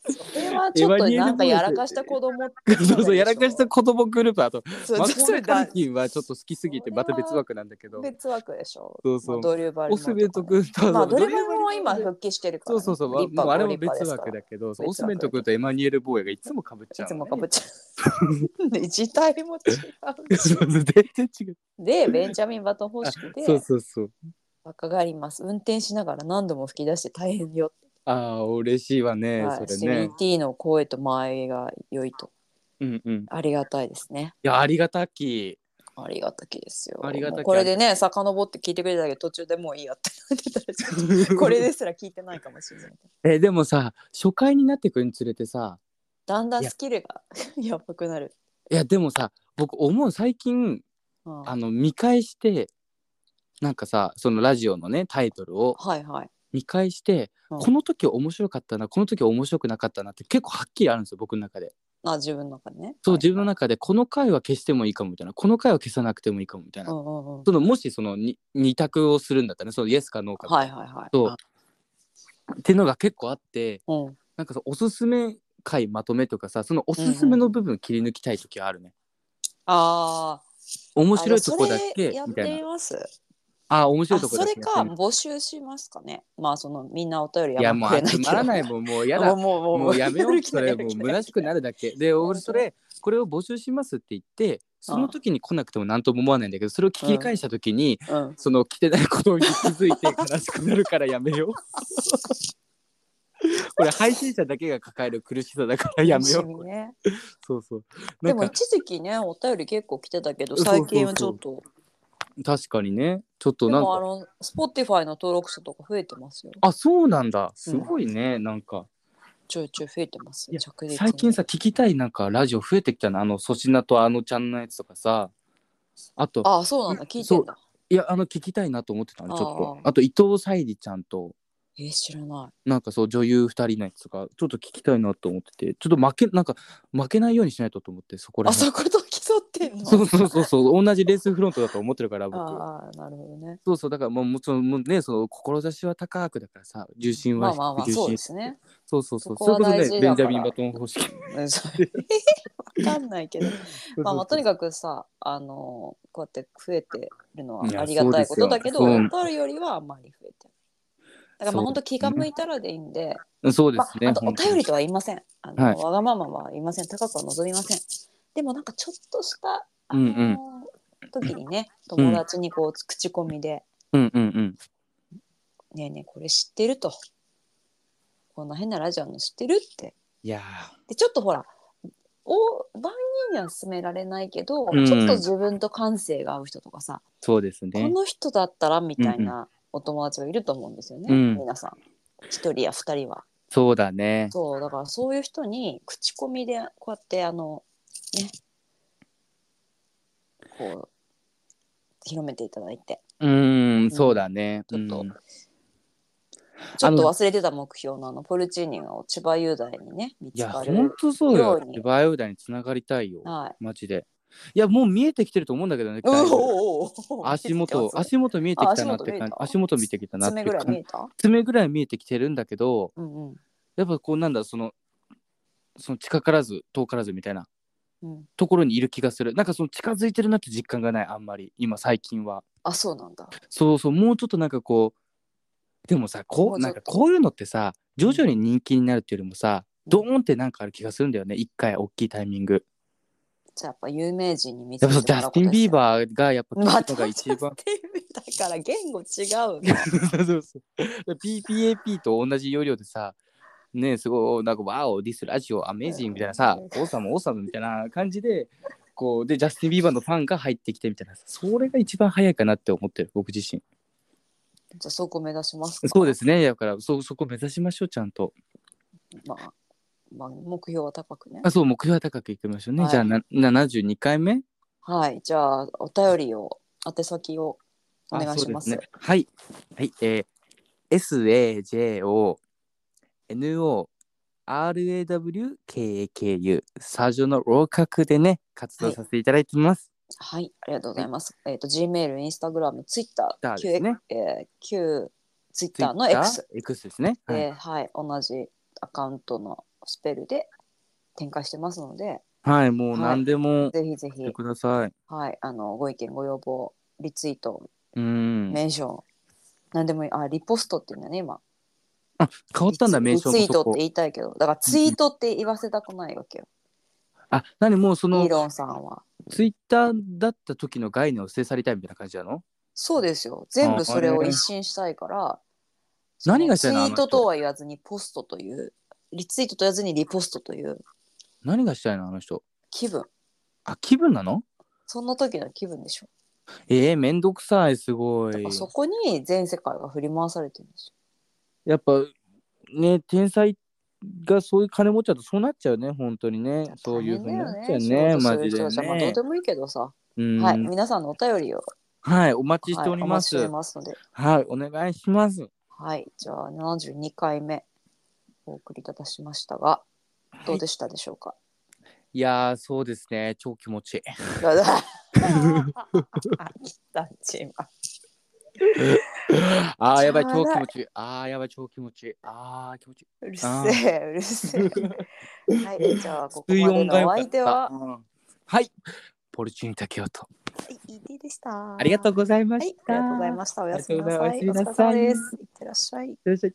Speaker 2: それはちょっとなんかやらかした子供ってことでしょ
Speaker 1: そうそうやらかした子供グループあと
Speaker 2: そう
Speaker 1: マコー
Speaker 2: そ
Speaker 1: レ
Speaker 2: れ
Speaker 1: ー・カ
Speaker 2: だ
Speaker 1: ルキンはちょっと好きすぎて
Speaker 2: それ
Speaker 1: ま
Speaker 2: は
Speaker 1: た別枠なんだけど
Speaker 2: 別枠でしょ。
Speaker 1: そうそう
Speaker 2: まあドリューバリ
Speaker 1: オ
Speaker 2: モとか
Speaker 1: ス
Speaker 2: ね
Speaker 1: メント君と
Speaker 2: ま
Speaker 1: そう
Speaker 2: あドリューバリモは
Speaker 1: ドリューバ
Speaker 2: 今
Speaker 1: リモ
Speaker 2: 復帰してるから
Speaker 1: そ
Speaker 2: ね、
Speaker 1: うそうそう、
Speaker 2: 立
Speaker 1: まあ、
Speaker 2: 派
Speaker 1: あれ
Speaker 2: ご
Speaker 1: も
Speaker 2: 立
Speaker 1: 別
Speaker 2: 派ですか
Speaker 1: 枠
Speaker 2: ら
Speaker 1: だけどそう
Speaker 2: 別枠
Speaker 1: オスメント君とエマニュエル・ボーヤがいつもかぶっちゃ
Speaker 2: いうつ
Speaker 1: の
Speaker 2: も
Speaker 1: ね、
Speaker 2: かぶっちゃう。 で時代も違うし。
Speaker 1: そうそう全然違う
Speaker 2: で、ベンジャミン・バトン方式
Speaker 1: そう
Speaker 2: で
Speaker 1: そうそう
Speaker 2: 若返ります。運転しながら何度も吹き出して大変よ。
Speaker 1: ああ嬉しいわね、
Speaker 2: はい、
Speaker 1: それね
Speaker 2: 3T の声と前が良いと。
Speaker 1: うんうんい
Speaker 2: ありがたいですね。
Speaker 1: やありがた き
Speaker 2: ありがたきですよ。
Speaker 1: ありがたき
Speaker 2: もうこれでね、遡って聞いてくれたけど、途中でもういいやってなってたらちょっと、 これですら聞いてないかもしれない。
Speaker 1: えでもさ初回になってくにつれてさ
Speaker 2: だんだんスキルが やばくなる。
Speaker 1: いやでもさ僕思う最近
Speaker 2: うん
Speaker 1: あの見返してなんかさそのラジオのねタイトルを
Speaker 2: はいはい。
Speaker 1: 見返して、
Speaker 2: うん
Speaker 1: この時面白かったなこの時面白くなかったなって結構はっきりあるんですよ僕の中で。
Speaker 2: あ、自分の中でね。
Speaker 1: そう、
Speaker 2: はい
Speaker 1: 自分の中でこの回は消してもいいかもみたいなこの回は消さなくてもいいかもみたいな、
Speaker 2: うんうんうん。
Speaker 1: そのもしそのに二択をするんだったらねそのイエスかノーか、
Speaker 2: はいはいはい。
Speaker 1: そうってのが結構あって
Speaker 2: うん。
Speaker 1: なんかそのおすすめ回まとめとかさそのおすすめの部分切り抜きたい時はあるね、
Speaker 2: ああ。
Speaker 1: 面白いとこだ
Speaker 2: あのそれ
Speaker 1: け
Speaker 2: や
Speaker 1: み
Speaker 2: ったて
Speaker 1: い
Speaker 2: み
Speaker 1: な
Speaker 2: ます。
Speaker 1: あ面白
Speaker 2: あ、
Speaker 1: いとこ
Speaker 2: そ
Speaker 1: だけ
Speaker 2: れか
Speaker 1: やってみ
Speaker 2: 募集しますかね。まあそのみんなお便り
Speaker 1: いや
Speaker 2: や
Speaker 1: も
Speaker 2: ま
Speaker 1: う
Speaker 2: くれ
Speaker 1: 集まらない
Speaker 2: も
Speaker 1: もん もうやだ
Speaker 2: うもうもう
Speaker 1: もうやめよ
Speaker 2: や
Speaker 1: う
Speaker 2: る気
Speaker 1: そ
Speaker 2: ない
Speaker 1: れもう虚しくなるだけで俺それこれを募集しますって言ってその時に来なくても何とも思わないんだけどそれを聞き返した時に、
Speaker 2: うん。
Speaker 1: その来てないことに気づいて悲しくなるからやめ ようこれ配信者だけが抱える苦しさだからやめよ
Speaker 2: 楽しみ
Speaker 1: う
Speaker 2: ね。
Speaker 1: そうそうな
Speaker 2: で
Speaker 1: ん
Speaker 2: も
Speaker 1: か
Speaker 2: 一時期ねお便り結構来てたけど
Speaker 1: そうそうそう
Speaker 2: 最近はちょっと
Speaker 1: 確かにねちょっと
Speaker 2: で
Speaker 1: なん
Speaker 2: もあ
Speaker 1: か
Speaker 2: の Spotify の登録者とか増えてますよ。
Speaker 1: あそうなんだすごいね、なんか
Speaker 2: ちょいちょい増えてます
Speaker 1: いや
Speaker 2: よ。着実に
Speaker 1: 最近さ聞きたいなんかラジオ増えてきたなあの粗品とあのちゃんのやつとかさあと
Speaker 2: あ、そうなんだ。聞いてんだ。
Speaker 1: いやあの聞きたいなと思ってたのちょっと
Speaker 2: あ
Speaker 1: あと伊藤沙莉ちゃんと
Speaker 2: えー、知らない。
Speaker 1: なんかそう女優2人のやつとかちょっと聞きたいなと思っててちょっと負けなんか負けないようにしないとと思ってそこら
Speaker 2: あ
Speaker 1: 辺
Speaker 2: そこと 競ってんの
Speaker 1: そうそうそうそう同じレースフロントだと思ってるから僕
Speaker 2: ああ、なるほどね。
Speaker 1: そうそうだからもうもちろんもうねその志は高くだからさ重心
Speaker 2: ま
Speaker 1: は
Speaker 2: あまあまあ、
Speaker 1: 低く重
Speaker 2: そう
Speaker 1: 心
Speaker 2: ですね。
Speaker 1: そうそうそう
Speaker 2: そ
Speaker 1: そ
Speaker 2: こ
Speaker 1: う
Speaker 2: は
Speaker 1: いうことで
Speaker 2: 大事だから
Speaker 1: ベンジャミン・バトン方式
Speaker 2: うんそ うわかんないけど、まあまあ、とにかくさ、あのこうやって増えてるのはい
Speaker 1: や
Speaker 2: ありがたいことだけど、
Speaker 1: そうですよ
Speaker 2: お便りよりはあんまり増えてない。だからまあ
Speaker 1: そ
Speaker 2: 本
Speaker 1: うですね
Speaker 2: 当気が向いたらでいいんで、
Speaker 1: そうで
Speaker 2: まあ
Speaker 1: す、ね、
Speaker 2: あとお
Speaker 1: 本当に
Speaker 2: 便りとは言いません。あの
Speaker 1: はい
Speaker 2: わがままは言いません。高くは望みません。でもなんかちょっとした、あの
Speaker 1: うん
Speaker 2: 時にね、友達にこう、口コミで、
Speaker 1: うんうんうん
Speaker 2: ねえねえこれ知ってるとこんな変なラジオあるの知ってるって
Speaker 1: いや
Speaker 2: でちょっとほらお万人には勧められないけど、
Speaker 1: うん
Speaker 2: ちょっと自分と感性が合う人とかさ、
Speaker 1: ーそうです
Speaker 2: こ
Speaker 1: ね
Speaker 2: の人だったらみたいなお友達がいると思うんですよね、
Speaker 1: うん
Speaker 2: 皆さん一人や二人は
Speaker 1: そうだね
Speaker 2: そうだからそういう人に口コミでこうやってあのねこう広めていただいて
Speaker 1: うーんそうだね
Speaker 2: ちょっと
Speaker 1: うん
Speaker 2: ちょっと忘れてた目標のあのポルチーニを千葉雄大にね見
Speaker 1: いや
Speaker 2: つか
Speaker 1: 本
Speaker 2: る
Speaker 1: 当そうよ
Speaker 2: ように
Speaker 1: バイオダにつながりたいよ
Speaker 2: はい
Speaker 1: マジでいやもう見えてきてると思うんだけどね
Speaker 2: うおう
Speaker 1: 足
Speaker 2: おうおう
Speaker 1: 元
Speaker 2: 見えてきてます
Speaker 1: 足元見えてきたな
Speaker 2: あ
Speaker 1: っ
Speaker 2: 足元見
Speaker 1: て感じ足元見て
Speaker 2: えた
Speaker 1: きたなってい
Speaker 2: 爪
Speaker 1: う
Speaker 2: ぐらい見
Speaker 1: 感
Speaker 2: えた
Speaker 1: 爪ぐらい見えてきてるんだけど
Speaker 2: うんうん
Speaker 1: やっぱこうなんだそのその近からず遠からずみたいな
Speaker 2: うん
Speaker 1: ところにいる気がするなんかその近づいてるなって実感がないあんまり今最近は
Speaker 2: あそうなんだ
Speaker 1: そうそうもうちょっとなんかこうでもさこ
Speaker 2: も
Speaker 1: う
Speaker 2: うち
Speaker 1: なん
Speaker 2: ょっと
Speaker 1: かこういうのってさ徐々に人気になるっていうよりもさドーンってなんかある気がするんだよね一回大きいタイミング
Speaker 2: じゃあやっぱ有名人に見
Speaker 1: や
Speaker 2: せ
Speaker 1: ってぱそ
Speaker 2: も
Speaker 1: うジャ
Speaker 2: らう
Speaker 1: ス
Speaker 2: こと
Speaker 1: ティン・
Speaker 2: です
Speaker 1: ビ
Speaker 2: よ
Speaker 1: ーバーがやっぱ
Speaker 2: ま
Speaker 1: 聞く
Speaker 2: た
Speaker 1: のが
Speaker 2: ジャ
Speaker 1: 一
Speaker 2: スティ
Speaker 1: 番
Speaker 2: ンビーバーだから言語違うね
Speaker 1: そうそうそう PPAP と同じ要領でさねすごいなんか「ワオディスラジオアメージング」みたいなさ「オーサムオーサム」みたいな感じでこうでジャスティン・ビーバーのファンが入ってきてみたいなそれが一番早いかなって思ってる僕自身
Speaker 2: じゃあそこ目指しますか
Speaker 1: そうですねだからそそこ目指しましょうちゃんと。
Speaker 2: まあまあ目標は高くね
Speaker 1: あそう目標は高くいきましょうね、
Speaker 2: はい
Speaker 1: じゃあな72回目
Speaker 2: はいじゃあお便りを宛先をお願いします
Speaker 1: あそうでね、はいはいえー、SAJONORAWKAKU サージョの楼角でね活動させていただいてます、
Speaker 2: はい、ありがとうございます。えっ、と、Gmail、Instagram、Twitter、
Speaker 1: Twitter で
Speaker 2: Q、
Speaker 1: すね
Speaker 2: えー、Q、Twitter の
Speaker 1: Twitter
Speaker 2: X
Speaker 1: X ですね、はい
Speaker 2: で、はい、同じアカウントのスペルで展開してますので、
Speaker 1: はいもう何でも
Speaker 2: ぜひぜひ
Speaker 1: やって、ください、
Speaker 2: はい、あの、ご意見、ご要望、リツイート、
Speaker 1: うん
Speaker 2: メンション、何でもいい。あ、リポストっていうんだね、今。
Speaker 1: あ変わったんだ名
Speaker 2: リツ
Speaker 1: 称
Speaker 2: リツ
Speaker 1: も
Speaker 2: イート
Speaker 1: そ
Speaker 2: って
Speaker 1: こ
Speaker 2: 言いたいけど、だからツイートって言わせたくないわけよ。
Speaker 1: あ何もうそ
Speaker 2: イ
Speaker 1: の
Speaker 2: ーロンさんは。
Speaker 1: ツイッターだった時の概念を捨て去りたいみたいな感じなの
Speaker 2: そうですよ。全部それを一新したいから、
Speaker 1: 何がしたいの
Speaker 2: そ
Speaker 1: あ
Speaker 2: の
Speaker 1: の人
Speaker 2: ツイートとは言わずにポストという、リツイートと言わずにリポストという
Speaker 1: 何がしたいのあの人
Speaker 2: 気分。
Speaker 1: あ気分なの
Speaker 2: そんな時の気分でしょ。
Speaker 1: ええめんどくさい、すご
Speaker 2: だか
Speaker 1: い
Speaker 2: ら。そこに全世界が振り回されてるんですよ。
Speaker 1: やっぱ、ね、天才がそういう金持っちゃうとそうなっちゃうね、本当にね。そういうふうになっちゃうね、マ
Speaker 2: 大
Speaker 1: ジで
Speaker 2: 変だよね仕事する人たちはまあどう
Speaker 1: ね
Speaker 2: で。もいいけどさ。
Speaker 1: うん
Speaker 2: はい、皆さんのお便りを、
Speaker 1: はい、お待ちし
Speaker 2: はい、
Speaker 1: ており
Speaker 2: お
Speaker 1: ま
Speaker 2: 待ちし
Speaker 1: す。
Speaker 2: て
Speaker 1: は
Speaker 2: おりますので。
Speaker 1: い、お願いします。
Speaker 2: はい、じゃあ72回目お送りいただしましたが、どうでしたでしょうか。
Speaker 1: いやー、そうですね、超気持 ちいい。
Speaker 2: ダンチーム
Speaker 1: あー、やばい、
Speaker 2: ちょ
Speaker 1: 超
Speaker 2: うだい
Speaker 1: 気持ちいい。あー、やばい、超気持ちいい。あー、気持ちいい。
Speaker 2: うるせえ、うるせえ。 はい、じゃあ、ここ
Speaker 1: 水
Speaker 2: まで
Speaker 1: 温が
Speaker 2: の
Speaker 1: 良
Speaker 2: お
Speaker 1: か
Speaker 2: 相
Speaker 1: っ
Speaker 2: 手
Speaker 1: た。
Speaker 2: は、
Speaker 1: うんはい、ポルチーニ竹雄と。
Speaker 2: はい、ED でした。
Speaker 1: ありがとう
Speaker 2: う
Speaker 1: ございま
Speaker 2: はい
Speaker 1: し、
Speaker 2: あ
Speaker 1: た。
Speaker 2: りがとうございました。おやすみなさい。
Speaker 1: ありがとうございます
Speaker 2: お疲れ様です。いってらっしゃい。
Speaker 1: いらっしゃい。